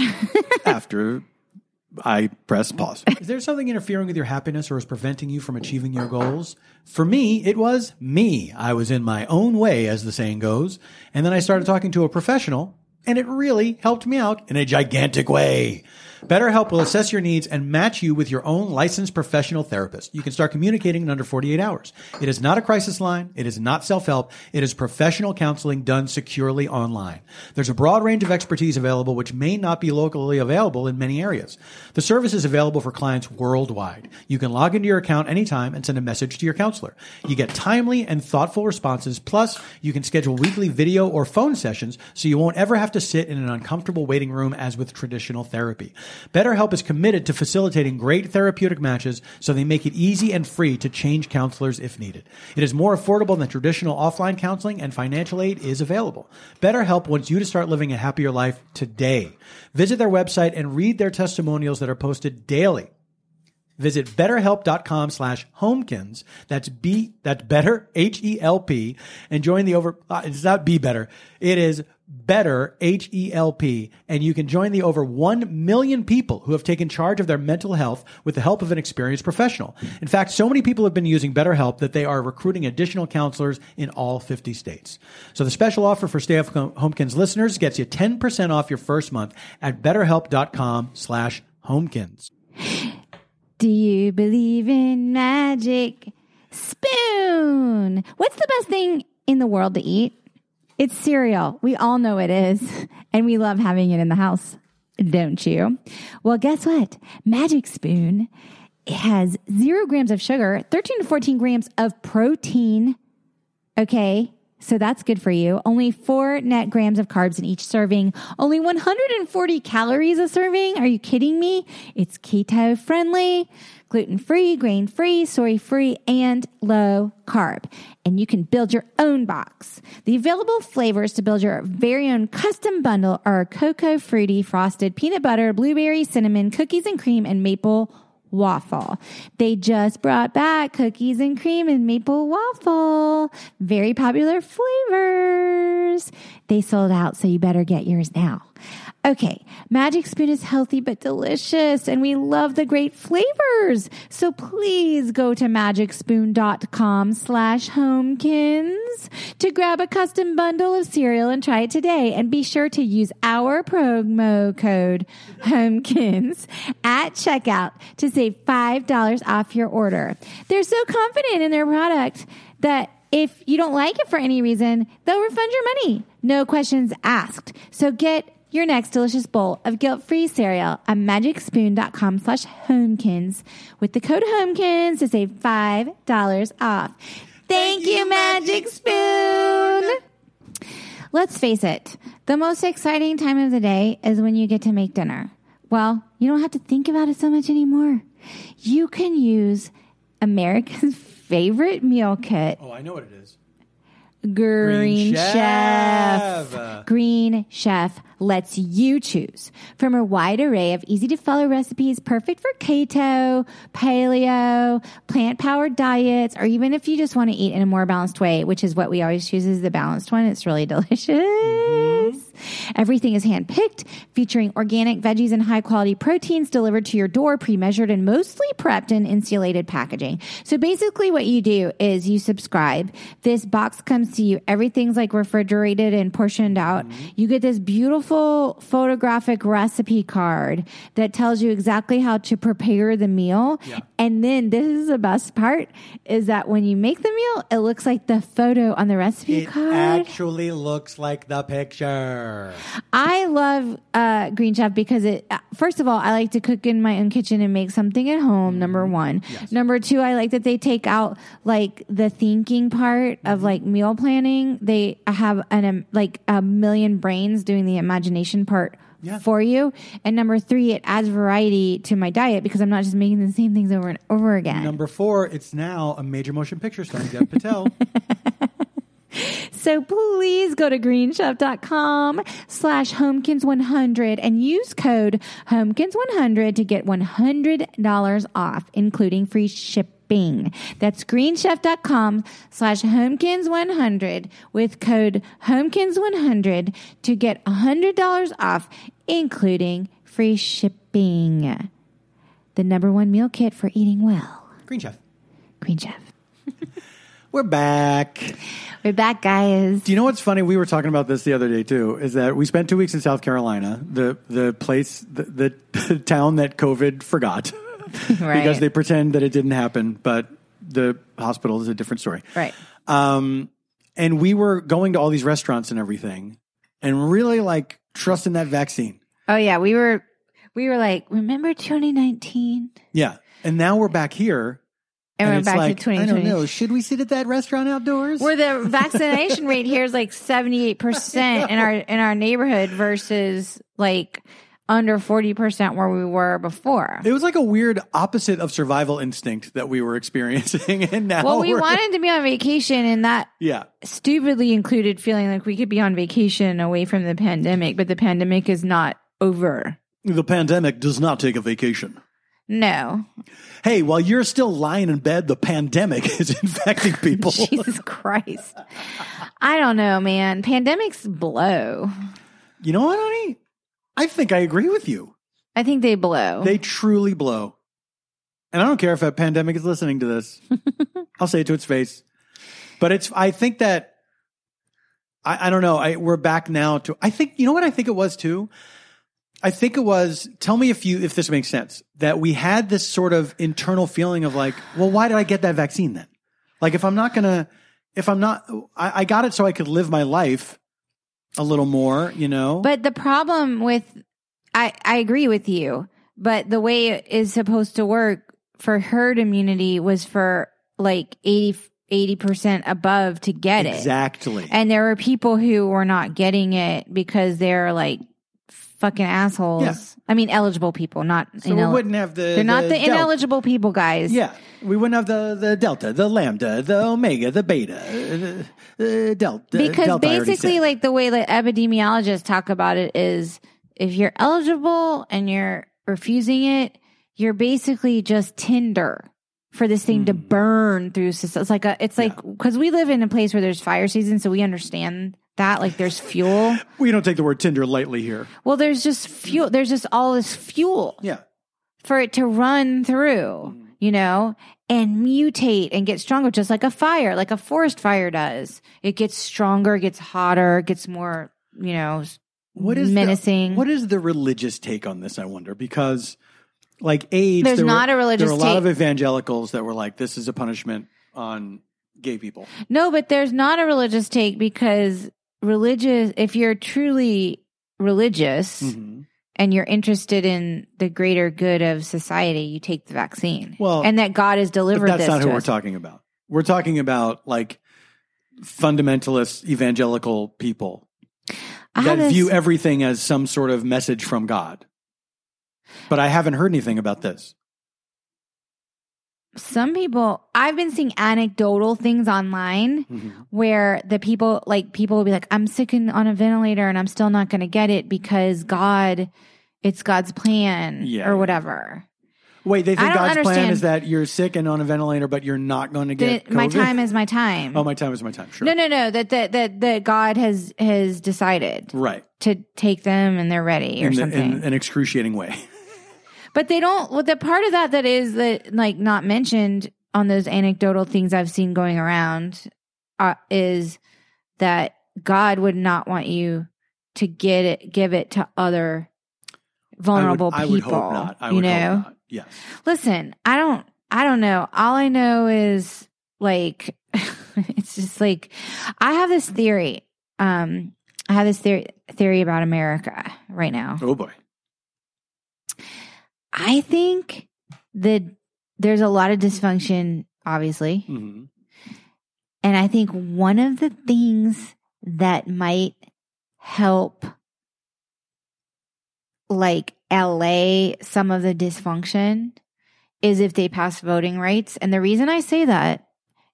B: after I press pause. Is there something interfering with your happiness or is preventing you from achieving your goals? For me, it was me. I was in my own way, as the saying goes. And then I started talking to a professional, and it really helped me out in a gigantic way. BetterHelp will assess your needs and match you with your own licensed professional therapist. You can start communicating in under 48 hours. It is not a crisis line. It is not self-help. It is professional counseling done securely online. There's a broad range of expertise available, which may not be locally available in many areas. The service is available for clients worldwide. You can log into your account anytime and send a message to your counselor. You get timely and thoughtful responses. Plus, you can schedule weekly video or phone sessions so you won't ever have to sit in an uncomfortable waiting room as with traditional therapy. BetterHelp is committed to facilitating great therapeutic matches so they make it easy and free to change counselors if needed. It is more affordable than traditional offline counseling and financial aid is available. BetterHelp wants you to start living a happier life today. Visit their website and read their testimonials that are posted daily. Visit betterhelp.com slash homekins. That's B, that's better, H E L P, and join the over, uh, it's not be better. It is better, H E L P, and you can join the over 1 million people who have taken charge of their mental health with the help of an experienced professional. In fact, so many people have been using BetterHelp that they are recruiting additional counselors in all 50 states. So the special offer for Stay Off Homekins listeners gets you 10% off your first month at betterhelp.com slash homekins.
A: Do you believe in magic? Spoon. What's the best thing in the world to eat? It's cereal. We all know it is. And we love having it in the house, don't you? Well, guess what? Magic Spoon has zero grams of sugar, 13 to 14 grams of protein. Okay. So that's good for you. Only four net grams of carbs in each serving. Only 140 calories a serving. Are you kidding me? It's keto friendly, gluten free, grain free, soy free, and low carb. And you can build your own box. The available flavors to build your very own custom bundle are cocoa fruity, frosted peanut butter, blueberry, cinnamon, cookies and cream, and maple waffle. They just brought back cookies and cream and maple waffle. Very popular flavors. They sold out, so you better get yours now. Okay, Magic Spoon is healthy but delicious, and we love the great flavors. So please go to magicspoon.com slash homekins to grab a custom bundle of cereal and try it today. And be sure to use our promo code homekins at checkout to save $5 off your order. They're so confident in their product that if you don't like it for any reason, they'll refund your money. No questions asked. So get your next delicious bowl of guilt-free cereal at magicspoon.com slash homekins with the code homekins to save $5 off. Thank, you, Magic Spoon. Let's face it, the most exciting time of the day is when you get to make dinner. Well, you don't have to think about it so much anymore. You can use America's favorite meal kit,
B: Oh, I know what it is.
A: Green,
B: Green
A: Chef.
B: Chef.
A: Green Chef lets you choose from a wide array of easy to follow recipes perfect for keto, paleo, plant powered diets, or even if you just want to eat in a more balanced way, which is what we always choose is the balanced one. It's really delicious. Everything is hand picked, featuring organic veggies and high quality proteins delivered to your door, pre measured and mostly prepped in insulated packaging. So basically, what you do is you subscribe. This box comes to you. Everything's like refrigerated and portioned out.
B: Mm-hmm.
A: You get this beautiful photographic recipe card that tells you exactly how to prepare the meal.
B: Yeah.
A: And then this is the best part is that when you make the meal, it looks like the photo on the recipe
B: It
A: card.
B: actually looks like the picture.
A: I love uh, Green Chef because it. uh, First of all, I like to cook in my own kitchen and make something at home.
B: Mm,
A: Number one. Number two, I like that they take out like the thinking part of
B: Mm-hmm.
A: like meal planning. They have an um, like a million brains doing the imagination part.
B: Yeah.
A: For you, and number three, it adds variety to my diet because I'm not just making the same things over and over again.
B: Number four, it's now a major motion picture starring Dev Patel.
A: So please go to greenchef.com slash homekins100 and use code homekins100 to get $100 off, including free shipping. That's greenchef.com slash homekins100 with code homekins100 to get $100 off, including free shipping. The number one meal kit for eating well.
B: Green Chef.
A: Green Chef.
B: We're back.
A: We're back, guys.
B: Do you know what's funny? We were talking about this the other day too. Is that we spent two weeks in South Carolina, the the place, the, the town that COVID forgot,
A: Right.
B: because they pretend that it didn't happen, but the hospital is a different story.
A: Right.
B: Um, and we were going to all these restaurants and everything, and really like trusting that vaccine.
A: Oh yeah, we were we were like, remember 2019?
B: Yeah. And now we're back here,
A: And, we're
B: it's
A: back
B: like
A: to
B: I don't
A: 2020.
B: know. Should we sit at that restaurant outdoors?
A: Where the vaccination rate here is like 78% in our in our neighborhood versus like under 40% where we were before.
B: it was like a weird opposite of survival instinct that we were experiencing, and now
A: Well, we
B: we're-
A: wanted to be on vacation and that
B: yeah.
A: stupidly included feeling like we could be on vacation away from the pandemic, but the pandemic is not over.
B: The pandemic does not take a vacation.
A: No.
B: Hey, while you're still lying in bed, the pandemic is infecting people.
A: Jesus Christ. I don't know, man. Pandemics blow.
B: you know what, honey? I think I agree with you.
A: I think they blow.
B: They truly blow. And I don't care if a pandemic is listening to this. I'll say it to its face. But it's I think that I, I don't know. I we're back now to I think you know what I think it was too? I think it was tell me if you if this makes sense, that we had this sort of internal feeling of like, well, why did I get that vaccine then? Like if I'm not gonna, if I'm not, I, I got it so I could live my life a little more, you know.
A: But the problem with I I agree with you, but the way it is supposed to work for herd immunity was for like 80 percent above to get it.
B: exactly.
A: And there were people who were not getting it because they're like fucking assholes.
B: Yeah.
A: I mean eligible people, not
B: so
A: inel-
B: we wouldn't have the.
A: they're not the
B: delta.
A: ineligible people guys.
B: Yeah, we wouldn't have the the delta, the lambda, the omega, the beta, uh, the delta.
A: because
B: delta I already
A: basically
B: said.
A: like the way that epidemiologists talk about it is if you're eligible and you're refusing it you're basically just tinder for this thing to
B: Hmm.
A: burn through society it's like a it's like because we live in a place where there's fire season so we understand that like there's fuel
B: we don't take the word Tinder lightly here.
A: well there's just fuel there's just all this fuel
B: Yeah,
A: for it to run through,
B: Mm-hmm.
A: you know, and mutate and get stronger, just like a fire, like a forest fire does. It gets stronger, gets hotter, gets more, you know, s-
B: what is the-
A: menacing.
B: what is the religious take on this? I wonder because like AIDS,
A: There's
B: there
A: not
B: were,
A: a religious
B: There were a lot
A: take.
B: of evangelicals that were like, "This is a punishment on gay people."
A: no, but there's not a religious take because religious, if you're truly religious
B: Mm-hmm.
A: and you're interested in the greater good of society, you take the vaccine.
B: Well,
A: and that God has
B: But
A: delivered
B: that's
A: this
B: not who
A: to
B: we're
A: us.
B: talking about. We're talking about like fundamentalist evangelical people
A: I
B: that
A: have this-
B: view everything as some sort of message from God. But I haven't heard anything about this.
A: some people I've been seeing anecdotal things online
B: Mhm.
A: where the people like people will be like i'm sick and on a ventilator and i'm still not going to get it because god it's god's plan
B: Yeah.
A: or whatever
B: Wait, they
A: I
B: think
A: don't
B: God's plan
A: understand.
B: is that you're sick and on a ventilator, but you're not going to get
A: That my
B: COVID?
A: time is my time
B: Oh, my time is my time. Sure.
A: no no no that, that that that god has has decided
B: Right.
A: to take them and they're ready or
B: In, the- in
A: something
B: an excruciating way.
A: But they don't. Well, the part of that that is that like not mentioned on those anecdotal things I've seen going around uh, is that God would not want you to get it, give it to other vulnerable
B: I would,
A: people.
B: I would hope not. I
A: you
B: would
A: know.
B: hope not. Yes.
A: Listen, I don't. I don't know. All I know is like it's just like I have this theory. Um, I have this theory theory about America right now.
B: Oh, boy.
A: I think that there's a lot of dysfunction, obviously.
B: hmm
A: And I think one of the things that might help, like, LA some of the dysfunction is if they pass voting rights. And the reason I say that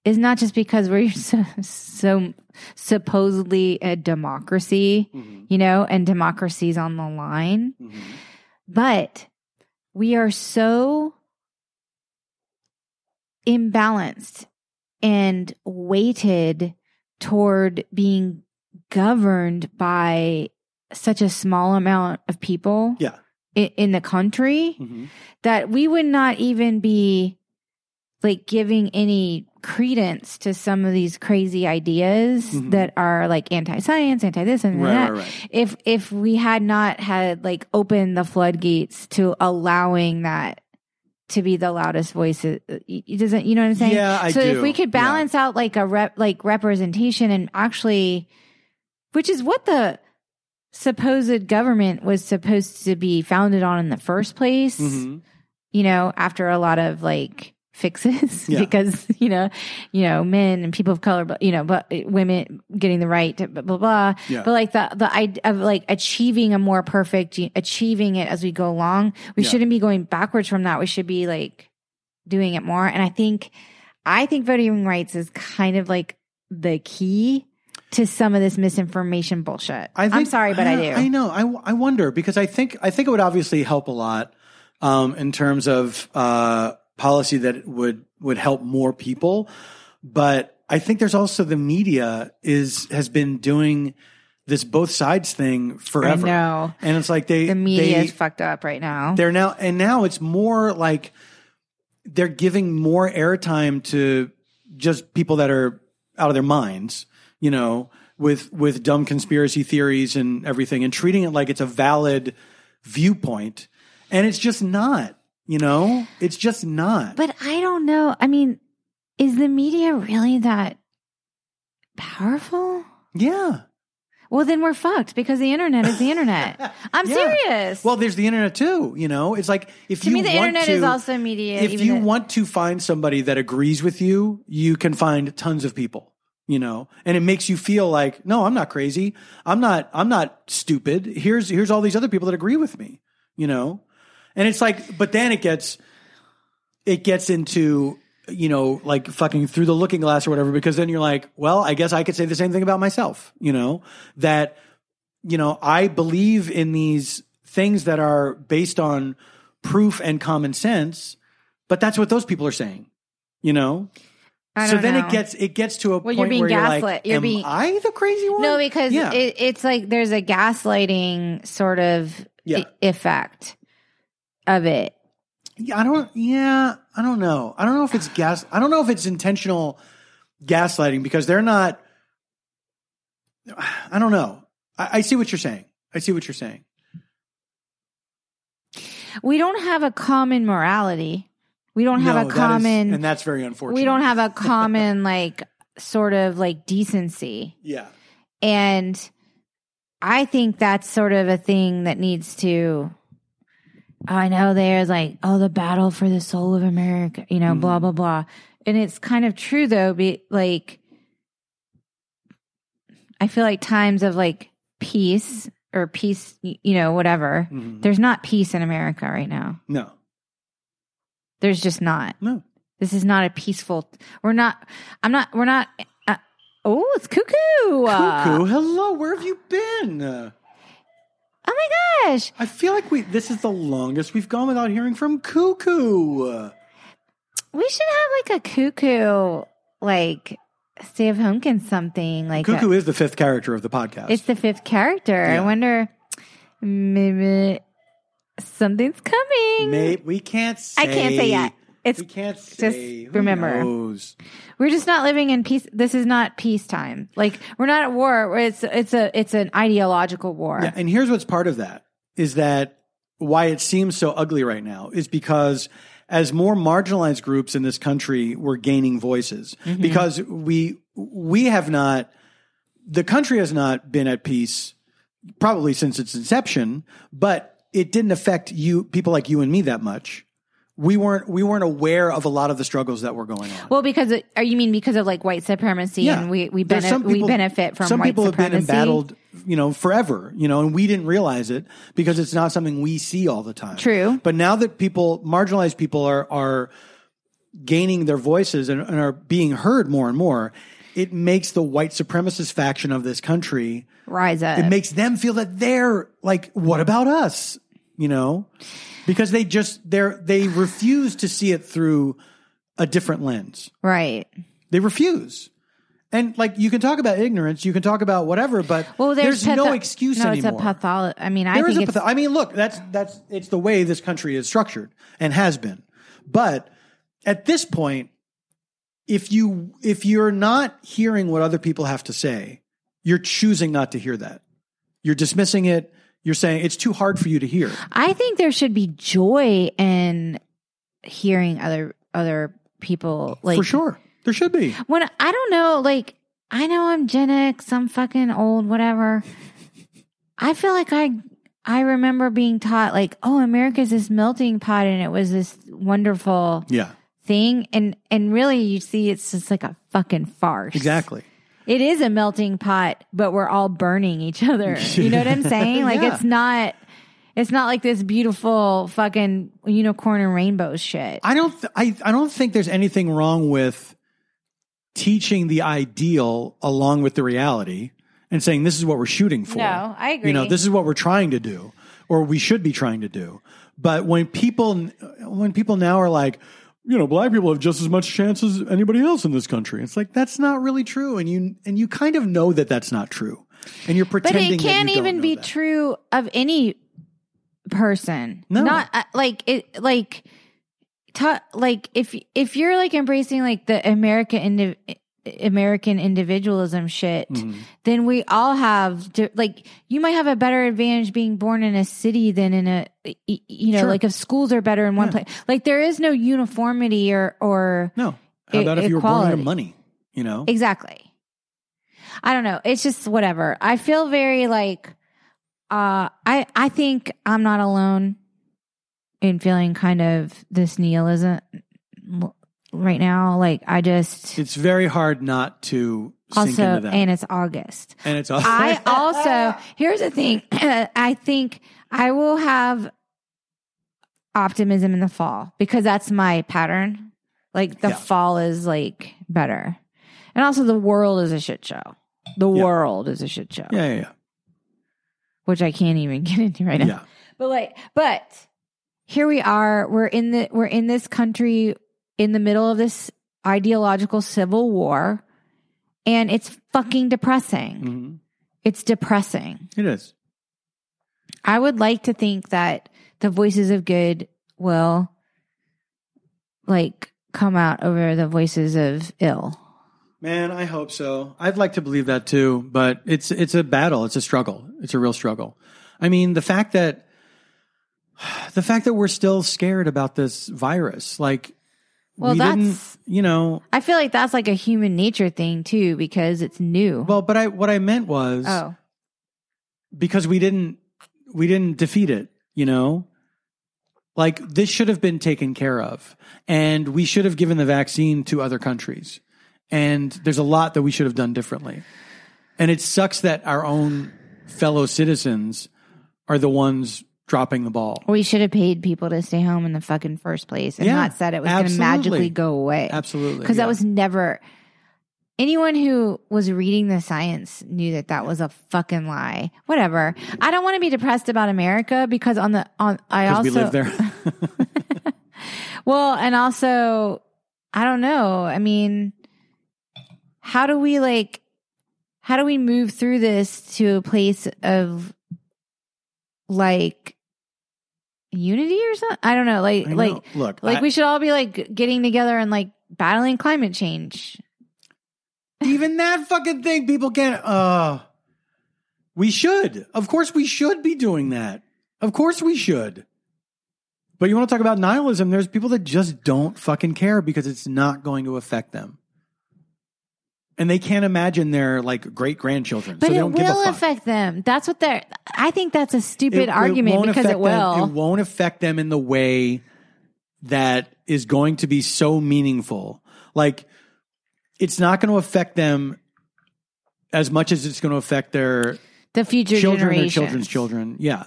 A: is not just because we're so, so supposedly a democracy,
B: hmm
A: you know, and democracy's on the line.
B: hmm
A: But we are so imbalanced and weighted toward being governed by such a small amount of people
B: Yeah.
A: i- in the country
B: hmm
A: that we would not even be like giving any credence to some of these crazy ideas
B: Mhm.
A: that are like anti-science anti this and that
B: Right, right, right.
A: if if we had not had like opened the floodgates to allowing that to be the loudest uh, voice it, it doesn't you know what i'm saying
B: Yeah, I
A: so if
B: do.
A: we could
B: Yeah.
A: balance out like a rep like representation and actually which is what the supposed government was supposed to be founded on in the first place
B: hmm
A: you know, after a lot of like fixes
B: Yeah.
A: because you know, you know, men and people of color, but you know, but eh, women getting the right to blah blah blah.
B: Yeah.
A: But like the the idea of like achieving a more perfect, achieving it as we go along. We
B: Yeah.
A: shouldn't be going backwards from that. We should be like doing it more. And I think, I think voting rights is kind of like the key to some of this misinformation bullshit.
B: I think,
A: I'm sorry, but I, do.
B: I know. I, I wonder because I think I think it would obviously help a lot um, in terms of uh, policy that would would help more people. But I think there's also the media is has been doing this both sides thing forever.
A: know.
B: And it's like they
A: The media
B: they,
A: is fucked up right now.
B: they're now and now it's more like they're giving more airtime to just people that are out of their minds you know with with dumb conspiracy theories and everything and treating it like it's a valid viewpoint and it's just not you know it's just not
A: But I don't know. I mean, Is the media really that powerful?
B: Yeah.
A: Well, then we're fucked because the internet is the internet. I'm
B: Yeah.
A: serious.
B: Well, there's the internet too. You know, it's like if
A: to
B: you
A: me, the
B: want
A: internet
B: to,
A: is also media.
B: if
A: even
B: you
A: though-
B: want to find somebody that agrees with you, you can find tons of people, you know, and it makes you feel like, no, I'm not crazy. I'm not, I'm not stupid. Here's, here's all these other people that agree with me, you know? And it's like, but then it gets, it gets into, you know, like fucking through the looking glass or whatever, because then you're like, well, I guess I could say the same thing about myself, you know, that, you know, I believe in these things that are based on proof and common sense, but that's what those people are saying, you know.
A: I
B: so
A: don't
B: then
A: know.
B: it gets it gets to a
A: Well,
B: point
A: you're being
B: where you're like,
A: gaslit. You're
B: am
A: being-
B: I the crazy one?
A: No, because
B: Yeah.
A: it, it's like there's a gaslighting sort of
B: Yeah.
A: e- effect of it.
B: Yeah, I don't. Yeah, I don't know. I don't know if it's gas. I don't know if it's intentional gaslighting because they're not. I don't know. I, I see what you're saying. I see what you're saying.
A: We don't have a common morality. We don't have
B: No,
A: a
B: that is-
A: common.
B: and that's very unfortunate.
A: we don't have a common like sort of like decency.
B: Yeah.
A: And I think that's sort of a thing that needs to. oh, I know there's like, oh, the battle for the soul of America, you know, blah,
B: Mhm.
A: blah, blah. And it's kind of true though, be, like, I feel like times of like peace or peace, y- you know, whatever,
B: Mhm.
A: there's not peace in America right now.
B: No.
A: There's just not.
B: No.
A: This is not a peaceful, we're not, I'm not, we're not, uh, oh, it's cuckoo. Uh,
B: Cuckoo. Hello. Where have you been? Uh,
A: Oh my gosh.
B: I feel like we. This is the longest we've gone without hearing from Cuckoo. Uh,
A: We should have like a cuckoo, like stay of Homkins something like
B: Cuckoo is the fifth character of the podcast.
A: It's the fifth character.
B: Yeah.
A: I wonder, maybe something's coming.
B: May, we can't. Say,
A: I can't say yet. It's
B: We can't say. Who
A: remember.
B: knows?
A: we're just not living in peace. This is not peacetime. Like we're not at war. It's it's a it's an ideological war.
B: Yeah, and here's what's part of that is that why it seems so ugly right now is because as more marginalized groups in this country were gaining voices
A: Mm-hmm.
B: because we we have not the country has not been at peace probably since its inception, but it didn't affect you people like you and me that much. We weren't we weren't aware of a lot of the struggles that were going on.
A: Well, because it, are you mean because of like white supremacy
B: Yeah.
A: and we we,
B: There's
A: bene-
B: some
A: we
B: people-
A: benefit from
B: some
A: white
B: people
A: supremacy?
B: have been embattled you know forever you know and we didn't realize it because it's not something we see all the time
A: True.
B: but now that people marginalized people are are gaining their voices and, and are being heard more and more it makes the white supremacist faction of this country
A: Rise up.
B: it makes them feel that they're like what about us you know because they just they're they refuse to see it through a different lens
A: right.
B: they refuse. And like you can talk about ignorance, you can talk about whatever, but
A: Well,
B: there's,
A: there's, patho-
B: no excuse
A: no,
B: anymore.
A: it's a patholo- I mean, I
B: There is
A: think
B: a
A: it's
B: patho- I mean, look, that's that's it's the way this country is structured and has been. But at this point, if you if you're not hearing what other people have to say, you're choosing not to hear that. You're dismissing it. You're saying it's too hard for you to hear.
A: I think there should be joy in hearing other other people like
B: for sure, there should be.
A: When I don't know, like I know I'm Gen X, I'm fucking old, whatever. I feel like I I remember being taught like, oh, America's this melting pot, and it was this wonderful
B: Yeah,
A: thing, and and really, you see, it's just like a fucking farce.
B: exactly.
A: It is a melting pot, but we're all burning each other. You know what I'm saying? Like
B: Yeah.
A: it's not it's not like this beautiful fucking unicorn and rainbow shit.
B: I don't. Th- I I don't think there's anything wrong with teaching the ideal along with the reality and saying this is what we're shooting for.
A: No, I agree.
B: You know, this is what we're trying to do, or we should be trying to do. But when people when people now are like. You know, black people have just as much chance as anybody else in this country. It's like that's not really true, and you and you kind of know that that's not true, and you're
A: but
B: pretending.
A: it
B: that you
A: can't
B: don't
A: even
B: know
A: be
B: that.
A: true of any person.
B: No.
A: Not uh, like it like ta- like if if you're like embracing like the America indiv- American individualism shit,
B: Mhm.
A: then we all have di- like you might have a better advantage being born in a city than in a y- y- you know
B: Sure.
A: like if schools are better in one
B: Yeah.
A: place like there is no uniformity or or
B: No, How
A: E-
B: about if you were born out of
A: equality.
B: money? You know,
A: Exactly. I don't know. It's just whatever. I feel very like uh I I think I'm not alone in feeling kind of this nihilism right now. Like I just
B: it's very hard not to sink
A: also
B: into that.
A: and it's August.
B: and it's also,
A: I also here's the thing. I think I will have optimism in the fall because that's my pattern. Like the
B: Yeah.
A: fall is like better, and also the world is a shit show. The
B: Yeah.
A: world is a shit show,
B: yeah, yeah,
A: which I can't even get into right
B: yeah.
A: now.
B: yeah.
A: But like, but here we are. We're in the we're in this country in the middle of this ideological civil war, and it's fucking depressing.
B: Mhm.
A: It's depressing.
B: It is.
A: I would like to think that the voices of good will like come out over the voices of ill.
B: Man, I hope so. I'd like to believe that too, but it's it's a battle. It's a struggle. It's a real struggle. I mean, the fact that the fact that we're still scared about this virus, like
A: Well,
B: we
A: that's-
B: didn't, you know.
A: I feel like that's like a human nature thing too because it's new.
B: Well, but I what I meant was
A: oh,
B: because we didn't we didn't defeat it, you know. Like this should have been taken care of, and we should have given the vaccine to other countries. And there's a lot that we should have done differently. And it sucks that our own fellow citizens are the ones dropping the ball.
A: we should have paid people to stay home in the fucking first place and
B: Yeah,
A: not said it was going to
B: absolutely.
A: magically go away.
B: Absolutely,
A: Because
B: yeah.
A: that was never anyone who was reading the science knew that that was a fucking lie. Whatever. I don't want to be depressed about America because on the on I also
B: because we live there.
A: Well, and also, I don't know. I mean, how do we like, how do we move through this to a place of like unity or something? I don't know. Like,
B: I know.
A: like,
B: look,
A: like
B: I-
A: we should all be like getting together and like battling climate change.
B: Even that fucking thing, people can't. Uh, we should. Of course, we should be doing that. Of course, we should. But you want to talk about nihilism? There's people that just don't fucking care because it's not going to affect them. And they can't imagine their like great grandchildren.
A: But
B: so they
A: it
B: don't give a
A: will
B: fuck.
A: affect them. That's what they're, I think that's a stupid argument
B: won't
A: because it
B: affect them-
A: will.
B: it won't affect them in the way that is going to be so meaningful. Like it's not going to affect them as much as it's going to affect their
A: the future
B: children or
A: generations.
B: children's children. Yeah.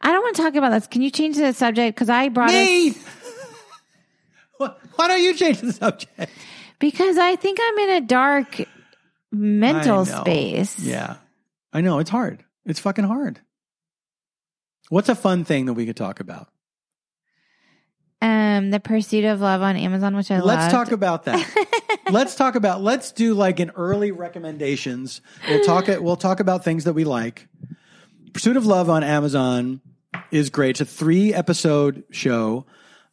A: I don't want to talk about this. Can you change the subject? Because I brought us-
B: Me. Why why don't you change the subject?
A: Because I think I'm in a dark mental
B: I know.
A: space.
B: Yeah. I know it's hard. It's fucking hard. What's a fun thing that we could talk about?
A: Um, the pursuit of love on Amazon, which I love.
B: Let's talk about that. let's talk about let's do like an early recommendations. We'll talk it we'll talk about things that we like. Pursuit of Love on Amazon is great. It's a three episode show.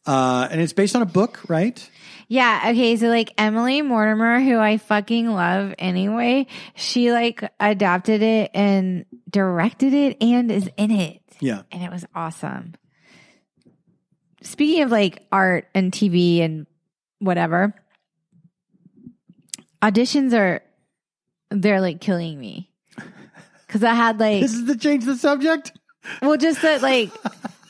B: Uh, and it's based on a book, right?
A: Yeah. Okay. So like Emily Mortimer, who I fucking love anyway, she like adapted it and directed it and is in it,
B: Yeah.
A: and it was awesome. Speaking of like art and TV and whatever, auditions are they're like killing me because I had like
B: This is the change the subject.
A: Well, just that, like,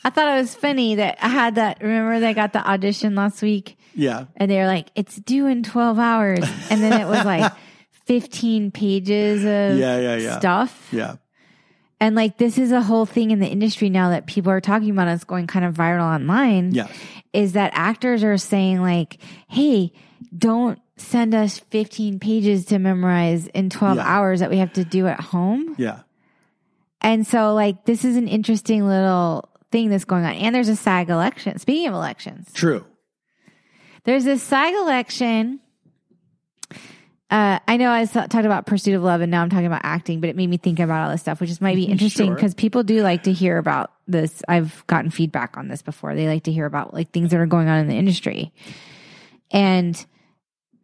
A: I thought it was funny that I had that. Remember, that I got the audition last week
B: Yeah.
A: and they were like, it's due in 12 hours. And then it was like 15 pages of
B: Yeah, yeah, yeah.
A: stuff.
B: Yeah.
A: And like, this is a whole thing in the industry now that people are talking about. and It's going kind of viral online.
B: Yeah.
A: Is that actors are saying, like, hey, don't send us 15 pages to memorize in 12
B: Yeah.
A: hours that we have to do at home.
B: Yeah.
A: And so, like, this is an interesting little thing that's going on. And there's a SAG election. Speaking of elections,
B: True.
A: there's this SAG election. Uh, I know I saw- talked about pursuit of love, and now I'm talking about acting, but it made me think about all this stuff, which is might be interesting
B: Sure.
A: because people do like to hear about this. I've gotten feedback on this before. They like to hear about like things that are going on in the industry, and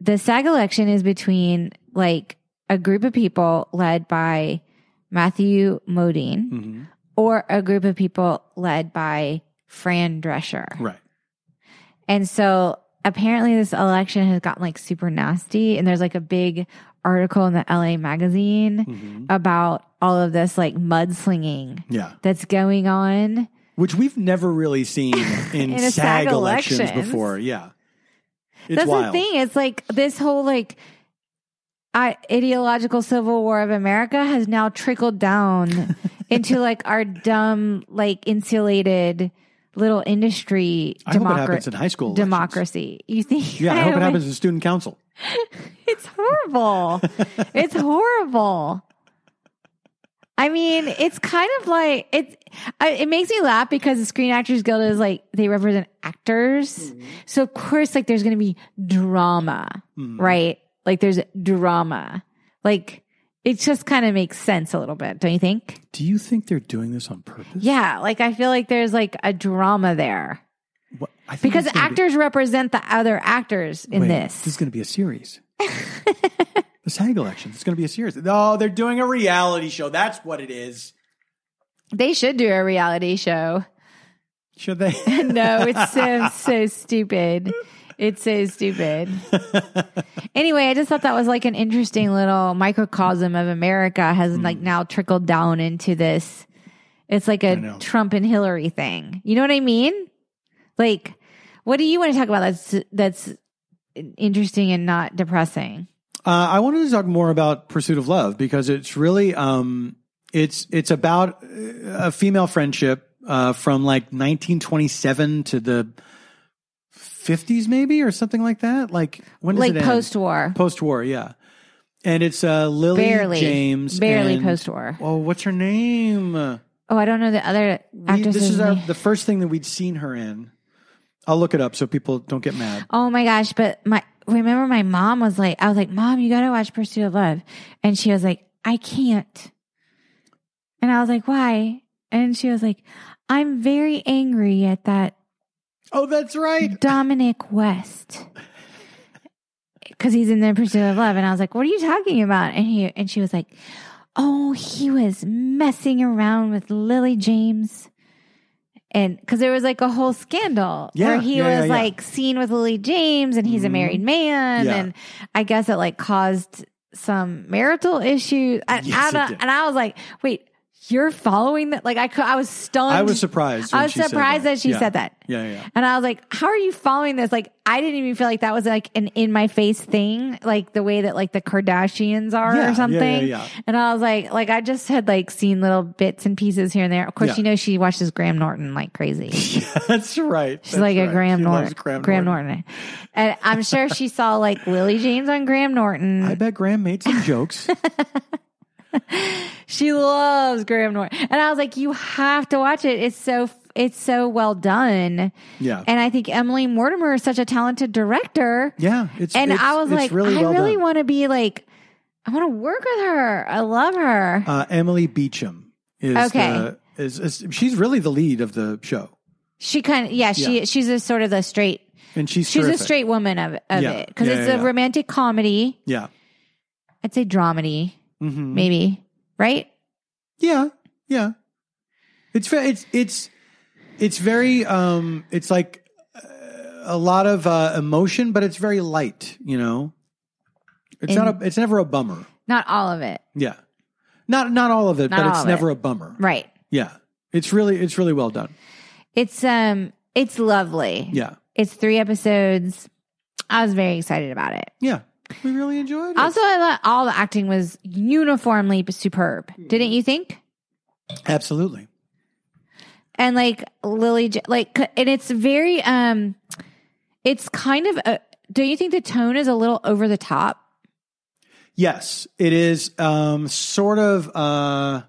A: the SAG election is between like a group of people led by Matthew Modine
B: hmm
A: or a group of people led by Fran Drescher.
B: Right.
A: And so apparently this election has gotten like super nasty and there's like a big article in the LA magazine
B: Mhm.
A: about all of this like mudslinging
B: Yeah.
A: that's going on.
B: Which we've never really seen
A: In
B: in,
A: a SAG
B: SAG, elections,
A: elections.
B: before. Yeah. It's
A: that's
B: wild.
A: the thing. It's like this whole like I, ideological civil war of America has now trickled down into like our dumb like insulated little industry
B: I hope it
A: democra-
B: happens in high school. elections.
A: democracy. You think?
B: Yeah, I hope it
A: don't-
B: happens in student council.
A: It's horrible. it's horrible. I mean, it's kind of like it's. I, it makes me laugh because the Screen Actors Guild is like they represent actors,
B: Mm-hmm.
A: so of course, like there's going to be drama,
B: Mhm.
A: right? Like there's drama. Like it just kind of makes sense a little bit, don't you think?
B: Do you think they're doing this on purpose?
A: Yeah, like I feel like there's like a drama there
B: What- I think
A: because
B: it's gonna be-
A: actors represent the other actors in
B: Wait,
A: this.
B: This is going to be a series. the SAG elections. It's going to be a series. No, they're doing a reality show. That's what it is.
A: they should do a reality show.
B: Should they?
A: no, it's so so stupid. It's so stupid. anyway, I just thought that was like an interesting little microcosm of America has
B: Hmm.
A: like now trickled down into this. It's like
B: I
A: a
B: know.
A: Trump and Hillary thing. You know what I mean? Like, what do you want to talk about? That's that's interesting and not depressing.
B: Uh, I wanted to talk more about Pursuit of Love because it's really um, it's it's about uh, a female friendship uh, from like 1927 to the 50s maybe or something like that. Like when does
A: Like
B: it
A: post war,
B: post war, yeah. And it's uh, Lily
A: barely
B: James,
A: barely
B: and-
A: post war.
B: Oh, what's her name? Uh,
A: Oh, I don't know the other
B: We-
A: actresses.
B: this is our,
A: name.
B: the first thing that we'd seen her in. I'll look it up so people don't get mad.
A: Oh my gosh, but my remember my mom was like, I was like, Mom, you gotta watch Pursuit of Love. And she was like, I can't. And I was like, Why? And she was like, I'm very angry at that
B: Oh, that's right.
A: Dominic West. Cause he's in the pursuit of love. And I was like, What are you talking about? And he and she was like, Oh, he was messing around with Lily James. And because there was like a whole scandal
B: Yeah,
A: where he
B: yeah, yeah,
A: was
B: yeah.
A: like seen with Lily James and he's a
B: Mhm.
A: married man.
B: Yeah.
A: And I guess it like caused some marital issues. I,
B: Yes, it
A: I,
B: did.
A: don't- and I was like, Wait, you're following that? Like, I, cou- I was stunned.
B: I was surprised. when
A: I was
B: she said
A: surprised that. she
B: Yeah.
A: said that.
B: Yeah, yeah, yeah.
A: And I was like, how are you following this? Like, I didn't even feel like that was like an in my face thing, like the way that like the Kardashians are
B: Yeah, yeah,
A: or something.
B: yeah.
A: And I was like, like I just had like seen little bits and pieces here and there. Of course,
B: Yeah.
A: you know she watches Graham Norton like crazy. She's
B: That's right. She's
A: like a Graham Norton.
B: Graham, Norton.
A: Norton. And I'm sure she saw like Lily James on Graham Norton.
B: I bet Graham made some jokes.
A: She loves Graham Norton. And I was like, you have to watch it. It's so it's so well done.
B: Yeah.
A: And I think Emily Mortimer is such a talented director.
B: yeah. It's
A: and
B: it's-
A: I was
B: it's
A: like,
B: really
A: I
B: well
A: really
B: done.
A: want to be like, I want to work with her. I love her.
B: uh, Emily Beecham is
A: Okay.
B: the, is, is she's really the lead of the show,
A: she kind of, yeah, she
B: yeah.
A: she's a sort of the straight,
B: and she's
A: she's
B: terrific.
A: a straight woman of of
B: Yeah.
A: it because
B: Yeah,
A: it's
B: yeah,
A: a
B: yeah.
A: romantic comedy.
B: Yeah.
A: I'd say dramedy,
B: Mm-hmm.
A: maybe right.
B: Yeah, yeah. It's ve- it's it's it's very um it's like uh, a lot of uh, emotion, but it's very light. You know, it's not a it's never a bummer.
A: Not all of it,
B: Yeah, not not all of it,
A: Not
B: but
A: all
B: it's
A: of
B: never a bummer.
A: right?
B: Yeah, it's really it's really well done.
A: It's um, it's lovely.
B: Yeah,
A: It's three episodes. I was very excited about it.
B: yeah. We really enjoyed it.
A: Also, I thought all the acting was uniformly superb.
B: Mm-hmm.
A: Didn't you think?
B: Absolutely.
A: and like Lily, J- like, c- and it's very, um, it's kind of a. Don't you think the tone is a little over the top?
B: Yes, it is um, sort of. Uh,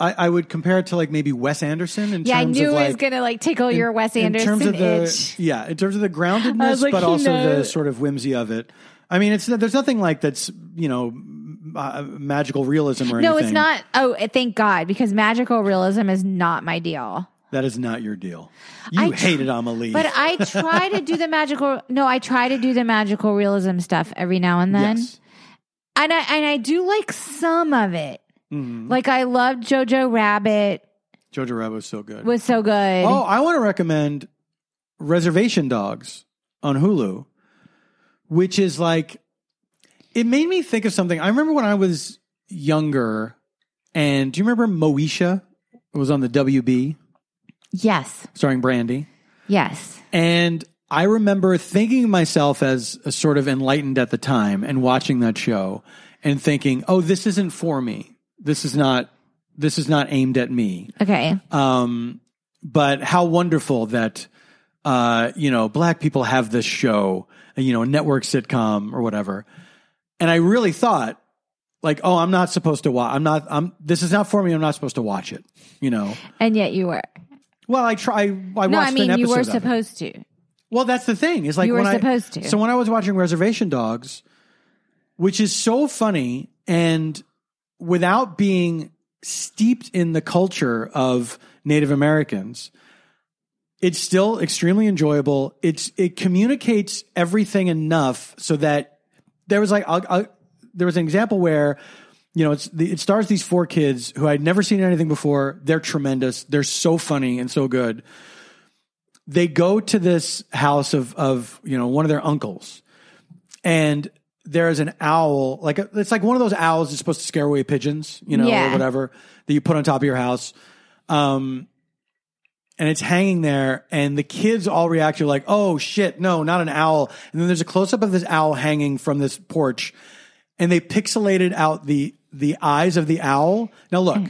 B: I, I would compare it to like maybe Wes Anderson in
A: Yeah, I
B: terms
A: knew
B: of like
A: it was gonna like tickle your Wes Anderson
B: in terms of the
A: itch.
B: yeah, in terms of the
A: I
B: groundedness,
A: was like,
B: but
A: he
B: also the
A: knows.
B: sort of whimsy of it. I mean, it's there's nothing like that's you know m- uh, magical realism or
A: No,
B: anything.
A: it's not. Oh, thank God, because magical realism is not my deal.
B: That is not your deal. You
A: I tr-
B: hated Amelie.
A: But uh, I try to do the magical. No, I try to do the magical realism stuff every now and then,
B: yes.
A: and I and I do like some of it.
B: Mhm.
A: Like I loved Jojo Rabbit
B: Jojo Rabbit was so good.
A: was so good.
B: oh, I want to recommend Reservation Dogs on Hulu, which is like, it made me think of something. I remember when I was younger, and do you remember Moesha? It was on the WB,
A: Yes.
B: starring Brandy.
A: Yes.
B: And I remember thinking of myself as a sort of enlightened at the time and watching that show and thinking, oh, this isn't for me. This is not this is not aimed at me.
A: Okay.
B: Um, but how wonderful that uh, you know, black people have this show, you know, a network sitcom or whatever. And I really thought like, oh, I'm not supposed to watch. I'm not. I'm. This is not for me. I'm not supposed to watch it. You know.
A: And yet you were.
B: Well, I try. I, watched
A: No, I
B: an
A: mean
B: episode
A: you were
B: of it.
A: supposed to.
B: Well, that's the thing. Is like
A: You were
B: when I-
A: supposed to.
B: So when I was watching Reservation Dogs, which is so funny, and without being steeped in the culture of Native Americans, it's still extremely enjoyable. It's it communicates everything enough so that there was like I'll, I'll, there was an example where. You know, it's the, it stars these four kids who I'd never seen anything before. They're tremendous. They're so funny and so good they go to this house of of you know one of their uncles, and there is an owl like a, it's like one of those owls that's supposed to scare away pigeons, you know,
A: Yeah.
B: or whatever that you put on top of your house. Um, and it's hanging there, and the kids all react. You're like, "Oh shit, no, not an owl!" And then there's a close up of this owl hanging from this porch, and they pixelated out the the eyes of the owl. Now look,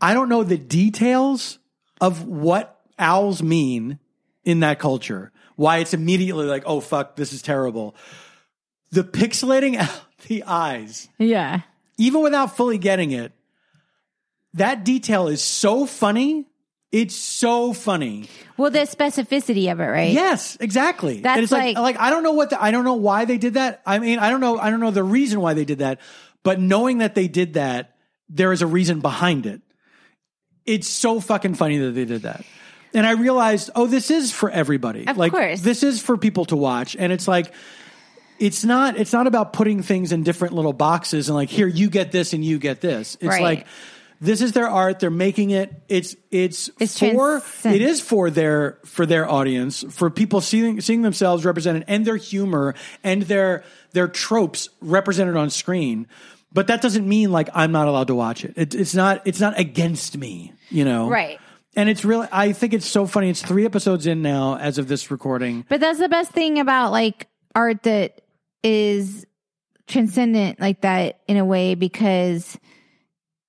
B: I don't know the details of what owls mean in that culture. Why it's immediately like, oh fuck, this is terrible. The pixelating out the eyes,
A: Yeah.
B: even without fully getting it, that detail is so funny. It's so funny.
A: Well, the specificity of it, right?
B: Yes, exactly.
A: That's
B: and it's like,
A: like-
B: like I don't know what the, I don't know why they did that. I mean, I don't know I don't know the reason why they did that, but knowing that they did that, there is a reason behind it. It's so fucking funny that they did that. And I realized, oh, this is for everybody.
A: Of
B: like
A: course.
B: this is for people to watch and it's like it's not it's not about putting things in different little boxes and like here you get this and you get this. It's
A: Right.
B: like this is their art. They're making it. It's it's
A: It's
B: for
A: transcend-
B: it is for their for their audience for people seeing seeing themselves represented and their humor and their their tropes represented on screen but that doesn't mean like i'm not allowed to watch it, it it's not it's not against me you know
A: Right.
B: and it's really i think it's so funny it's three episodes in now as of this recording
A: But that's the best thing about like art that is transcendent like that in a way because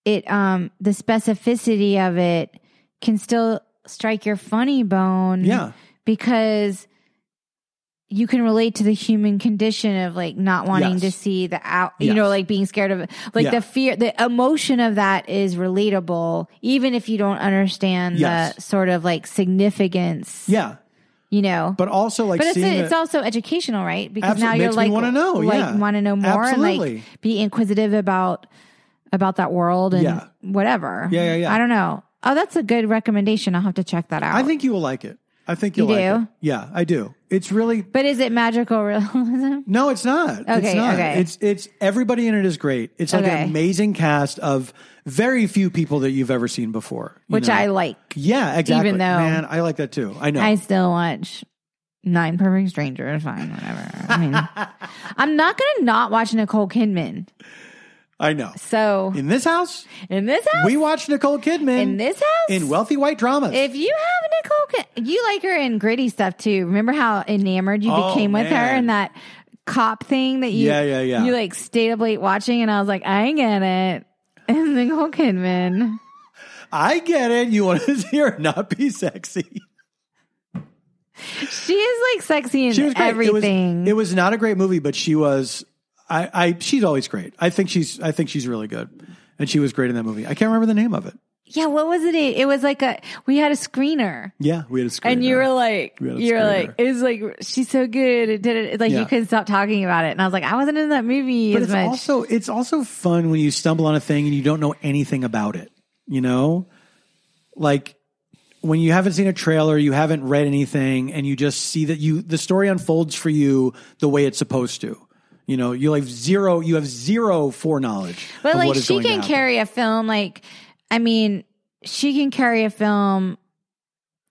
A: it um the specificity of it can still strike your funny bone.
B: yeah
A: Because you can relate to the human condition of like not wanting
B: Yes.
A: to see the out, you
B: Yes.
A: know, like being scared of it. Like
B: Yeah.
A: the fear, the emotion of that is relatable, even if you don't understand the
B: Yes.
A: sort of like significance,
B: yeah
A: you know.
B: but also like
A: But it's,
B: seeing
A: it's
B: the-
A: also educational, right? Because
B: Absolutely.
A: now you're
B: Makes me
A: like
B: wanna know,
A: like
B: yeah.
A: want to know more and
B: Absolutely.
A: like be inquisitive about about that world and
B: Yeah.
A: whatever.
B: Yeah, yeah, yeah.
A: I don't know. Oh, that's a good recommendation. I'll have to check that out.
B: i think you will like it i think
A: You
B: you'll like
A: do?
B: it yeah i do it's really
A: but is it magical realism?
B: No, it's not.
A: Okay,
B: it's not.
A: okay.
B: It's it's everybody in it is great. It's like
A: Okay.
B: an amazing cast of very few people that you've ever seen before. you
A: Which
B: know?
A: I like.
B: Yeah, exactly.
A: though-
B: man, I like that too. I know.
A: I still watch Nine Perfect Strangers. Fine, whatever. I mean, I'm not gonna not watch Nicole Kidman.
B: I know.
A: So
B: In this house,
A: in this house,
B: we watch Nicole Kidman
A: in this house,
B: in wealthy white dramas.
A: If you have Nicole, Kid- you like her in gritty stuff too. Remember how enamored you
B: Oh,
A: became with her
B: man.
A: and that cop thing that you,
B: Yeah, yeah, yeah.
A: you like stayed up late watching, and I was like, I get it. And Nicole Kidman.
B: I get it. You want to see her not be sexy.
A: She is like sexy in
B: She was great.
A: everything.
B: It was, it was not a great movie, but she was. I, I she's always great. I think she's I think she's really good, and she was great in that movie. I can't remember the name of it.
A: yeah, what was it? It was like a, we had a screener.
B: Yeah, we had a screen.
A: And you were like,
B: Yeah, that's
A: you were
B: great.
A: like, it's like she's so good. It did it. It's like
B: Yeah.
A: you couldn't stop talking about it. And I was like, I wasn't in that movie
B: But
A: as
B: it's
A: much.
B: also it's also fun when you stumble on a thing and you don't know anything about it. You know, like when you haven't seen a trailer, you haven't read anything, and you just see that you the story unfolds for you the way it's supposed to. You know, you have zero you have zero foreknowledge.
A: But
B: of
A: like
B: what is
A: she
B: going to
A: can
B: happen.
A: carry a film. Like, I mean, she can carry a film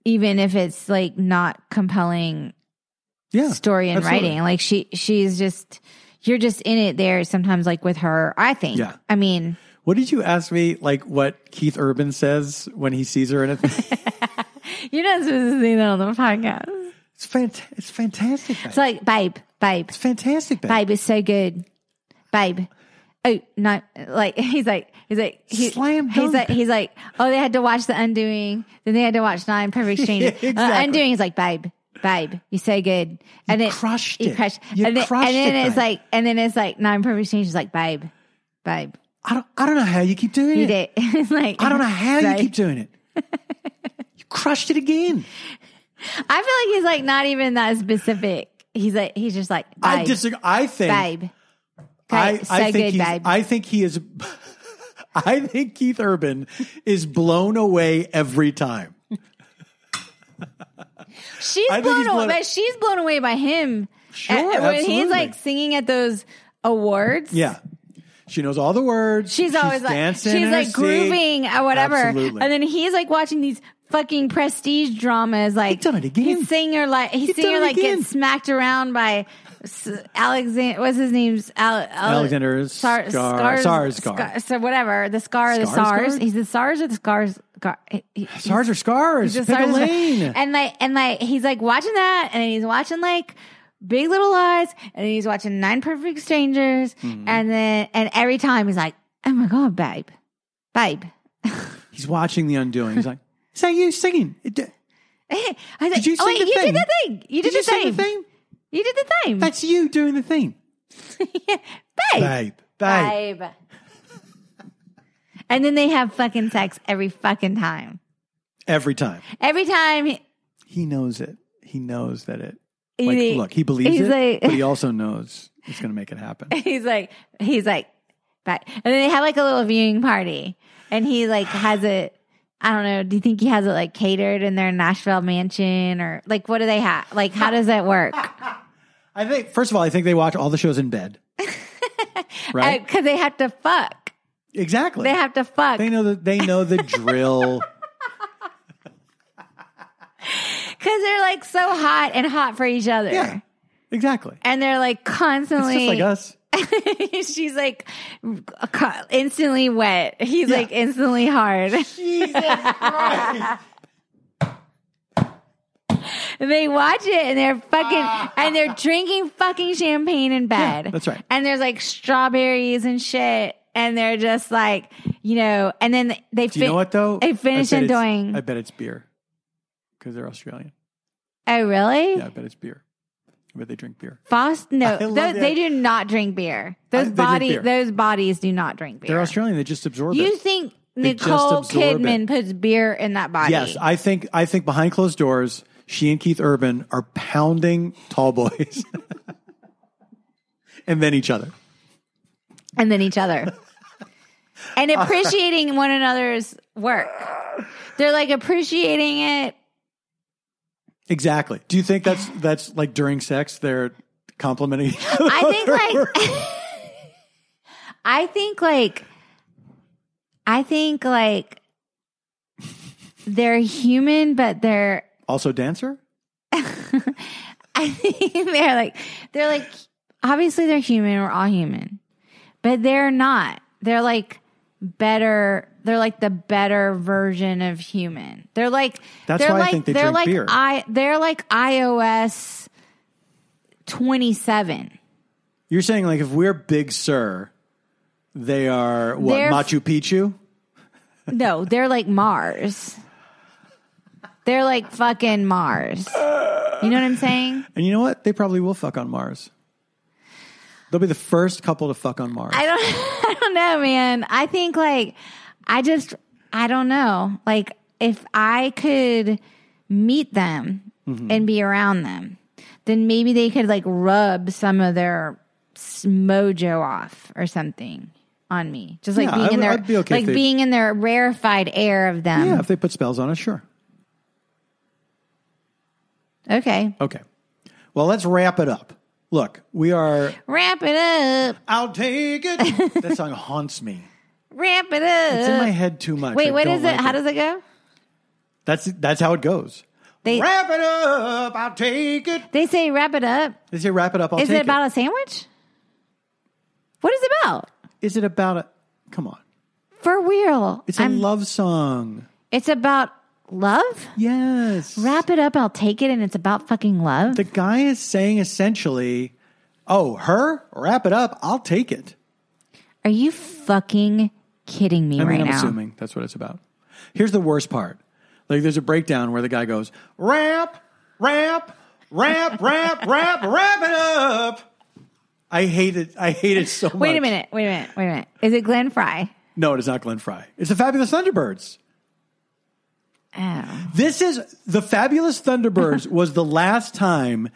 A: even if it's like not compelling
B: Yeah.
A: story and
B: absolutely.
A: writing. Like she she's just you're just in it there sometimes like with her, I think.
B: Yeah.
A: I mean
B: What did you ask me? Like what Keith Urban says when he sees her in a thing?
A: you're not supposed to say that on the podcast.
B: it's fant- It's fantastic. babe.
A: It's like babe, babe,
B: it's fantastic. babe.
A: babe is so good. Babe. Oh no like he's like he's like he,
B: Slam
A: he's
B: dunk.
A: like he's like, Oh, they had to watch the undoing, then they had to watch Nine Perfect Strangers.
B: Yeah,
A: Uh,
B: exactly.
A: undoing is like babe, babe, you so good. And then
B: crushed
A: he
B: it.
A: crushed
B: You
A: and then,
B: crushed
A: and then
B: it,
A: it's
B: babe.
A: like and then it's like Nine Perfect Strangers is like babe, babe.
B: I don't. I don't know how you keep doing
A: You
B: it.
A: did. It's like
B: I don't know how
A: Right.
B: you keep doing it. you crushed it again.
A: I feel like he's like not even that specific. He's like he's just like babe,
B: I disagree. I think.
A: babe.
B: I,
A: Babe, so
B: I think
A: good,
B: he's,
A: babe.
B: I think he is. I think Keith Urban is blown away every time.
A: she's
B: I
A: blown,
B: think he's
A: away,
B: blown-
A: but she's blown away by him.
B: Sure,
A: And when he's
B: absolutely.
A: like singing at those awards,
B: Yeah, she knows all the words.
A: she's always like
B: dancing in
A: she's
B: her
A: like
B: seat.
A: grooving or whatever.
B: Absolutely.
A: And then he's like watching these fucking prestige dramas. Like
B: done it again.
A: He's seeing her like he's,
B: He's
A: seeing her
B: done it
A: like
B: again.
A: get smacked around by Alexander. What's his name's Al- Al-
B: Alexander
A: Sar-
B: Scar-
A: Scars-
B: Sarsgaard.
A: Scar- so whatever the scar, the
B: Skarsgård?
A: SARS. He's the SARS or the scars. Gar- he- he-
B: Stars are scars.
A: he's
B: Pick
A: the
B: a
A: SARS.
B: lane.
A: And like and like he's like watching that, and then he's watching like. Big Little Lies, and then he's watching Nine Perfect Strangers,
B: Mm-hmm.
A: and then and every time he's like, "Oh my god, babe, babe."
B: He's watching The Undoing. He's like, "Is that you singing? It- Did,
A: I was like,
B: Did you
A: "Oh
B: sing
A: wait,
B: the
A: you
B: thing?
A: did the thing. You did,
B: you
A: the, thing.
B: sing the thing?
A: You did the thing,
B: That's you doing the thing,
A: babe,
B: babe, babe."
A: babe." and then they have fucking sex every fucking time.
B: Every time
A: Every time he-
B: he knows it. He knows that it.
A: He-
B: Like, look, he believes
A: he's
B: it,
A: like-
B: but he also knows it's going to make it happen.
A: he's like he's like back and then they have like a little viewing party and he like has it i don't know do you think he has it like catered in their nashville mansion or like what do they have like how does that work
B: I think first of all, I think they watch all the shows in bed. right?
A: because Uh, they have to fuck
B: exactly.
A: they
B: They,
A: have to fuck
B: know that they know the drill.
A: because they're like so hot and hot for each other
B: Yeah. Exactly.
A: and they're like
B: It's
A: constantly
B: just like us.
A: she's like co- instantly wet he's
B: Yeah.
A: like instantly hard
B: Jesus Christ.
A: And they watch it and they're fucking and they're drinking fucking champagne in bed.
B: Ah. Yeah, that's right.
A: And there's like strawberries and shit. And they're just like, you know, and then they
B: Do you
A: fin-
B: know what though?
A: They finish
B: I bet it's-
A: undoing.
B: I bet it's beer because they're Australian.
A: Oh, really?
B: Yeah, I bet it's beer. I bet they drink beer.
A: Fos- no,
B: I
A: those,
B: love that.
A: they do not drink beer.
B: I-
A: Those
B: they drink
A: body,
B: beer.
A: those bodies do not drink beer.
B: They're Australian. They just absorb
A: You
B: it.
A: think
B: They just
A: Nicole
B: absorb
A: Kidman puts beer in that body?
B: Yes, I think I think behind closed doors, she and Keith Urban are pounding tall boys, and then each other.
A: and then each other and appreciating one another's work. They're like appreciating it
B: Exactly. Do you think that's that's like during sex they're complimenting? each other?
A: I think like I think like I think like they're human but they're
B: also dancer.
A: I think they're like they're like obviously they're human we're all human but they're not they're like better they're like the better version of human they're like
B: That's
A: they're
B: why I
A: like
B: think they
A: they're
B: drink
A: like
B: beer.
A: I they're like iOS 27
B: You're saying like if we're Big Sur, they are what
A: They're-
B: Machu Picchu.
A: No, they're like Mars. They're like fucking Mars. You know what I'm saying?
B: And you know what? They probably will fuck on Mars. They'll be the first couple to fuck on Mars.
A: I don't I don't know, man. I think like I just I don't know. Like if I could meet them
B: Mm-hmm.
A: and be around them, then maybe they could like rub some of their s- mojo off or something on me. Just like
B: Yeah,
A: being
B: I
A: in
B: would-
A: their
B: I'd be okay if
A: like
B: they-
A: being in their rarefied air of them.
B: yeah, if they put spells on us, sure.
A: Okay.
B: Okay. Well, let's wrap it up. Look, we are.
A: Wrap it up.
B: I'll take it. that song haunts me.
A: Wrap it up.
B: It's in my head too much.
A: Wait,
B: I
A: what
B: don't
A: is it?
B: like
A: How does it go?
B: That's that's how it goes.
A: They
B: Wrap it up. I'll take it.
A: they say wrap it up.
B: They say wrap it up. I'll
A: is
B: take
A: it about a sandwich? What is it about?
B: it. Is it about a? Come on.
A: For real.
B: It's a love song.
A: it's about love?
B: Yes.
A: Wrap it up, I'll take it, and it's about fucking love.
B: The guy is saying essentially, "Oh, her. Wrap it up. I'll take it."
A: Are you fucking kidding me
B: I mean,
A: right
B: I'm
A: now?
B: assuming that's what it's about. Here's the worst part. Like, there's a breakdown where the guy goes, ramp, ramp, ramp, ramp, ramp, ramp it up. I hate it. I hate it so much.
A: Wait a minute, wait a minute, wait a minute. Is it Glenn Fry?
B: No, it is not Glenn Fry. It's the Fabulous Thunderbirds.
A: Oh.
B: This is the Fabulous Thunderbirds was the last time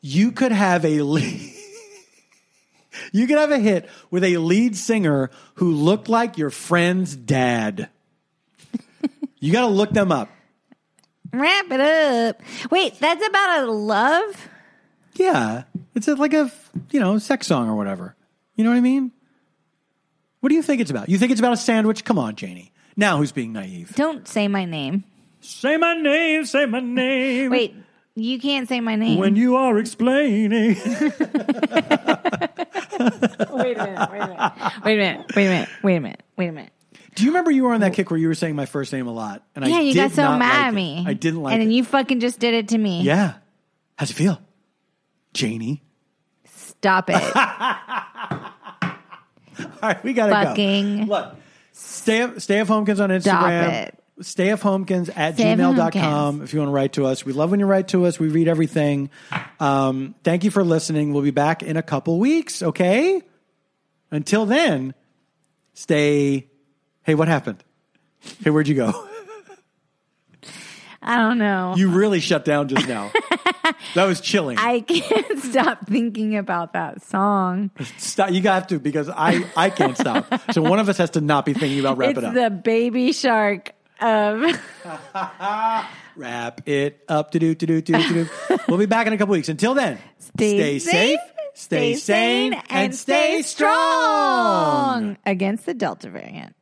B: you could have a lead, you could have a hit with a lead singer who looked like your friend's dad. you got to look them up.
A: Wrap it up. Wait, that's about a love?
B: Yeah, it's a, like a you know sex song or whatever. You know what I mean? What do you think it's about? You think it's about a sandwich? Come on, Janie. Now who's being naive?
A: Don't say my name.
B: Say my name. Say my name.
A: Wait, you can't say my name.
B: When you are explaining,
A: wait a minute, wait a minute. Wait a minute, wait a minute, wait a minute, wait a minute.
B: do you remember you were on that kick where you were saying my first name a lot? And
A: Yeah,
B: I
A: you
B: did
A: got so
B: not
A: mad
B: like
A: at
B: it.
A: me.
B: I didn't like
A: And then
B: it.
A: you fucking just did it to me.
B: yeah, how's it feel, Janie?
A: Stop it.
B: All right, we gotta
A: Fucking
B: go. Look, stay of- stay of homekins on Instagram.
A: it.
B: Stay of homekins at
A: Stay of
B: gmail.com if you want to write to us. We love when you write to us. We read everything. Um, thank you for listening. We'll be back in a couple weeks, okay? Until then, stay. Hey, what happened? Hey, where'd you go?
A: I don't know.
B: You really shut down just now. that was chilling.
A: I can't stop thinking about that song.
B: Stop. You have to because I, I can't stop. so one of us has to not be thinking about wrap
A: it's
B: it up.
A: the baby shark of
B: Wrap it up. Do do do do do do. We'll be back in a couple weeks. Until then,
A: Stay safe,
B: stay sane, and stay strong.
A: against the Delta variant.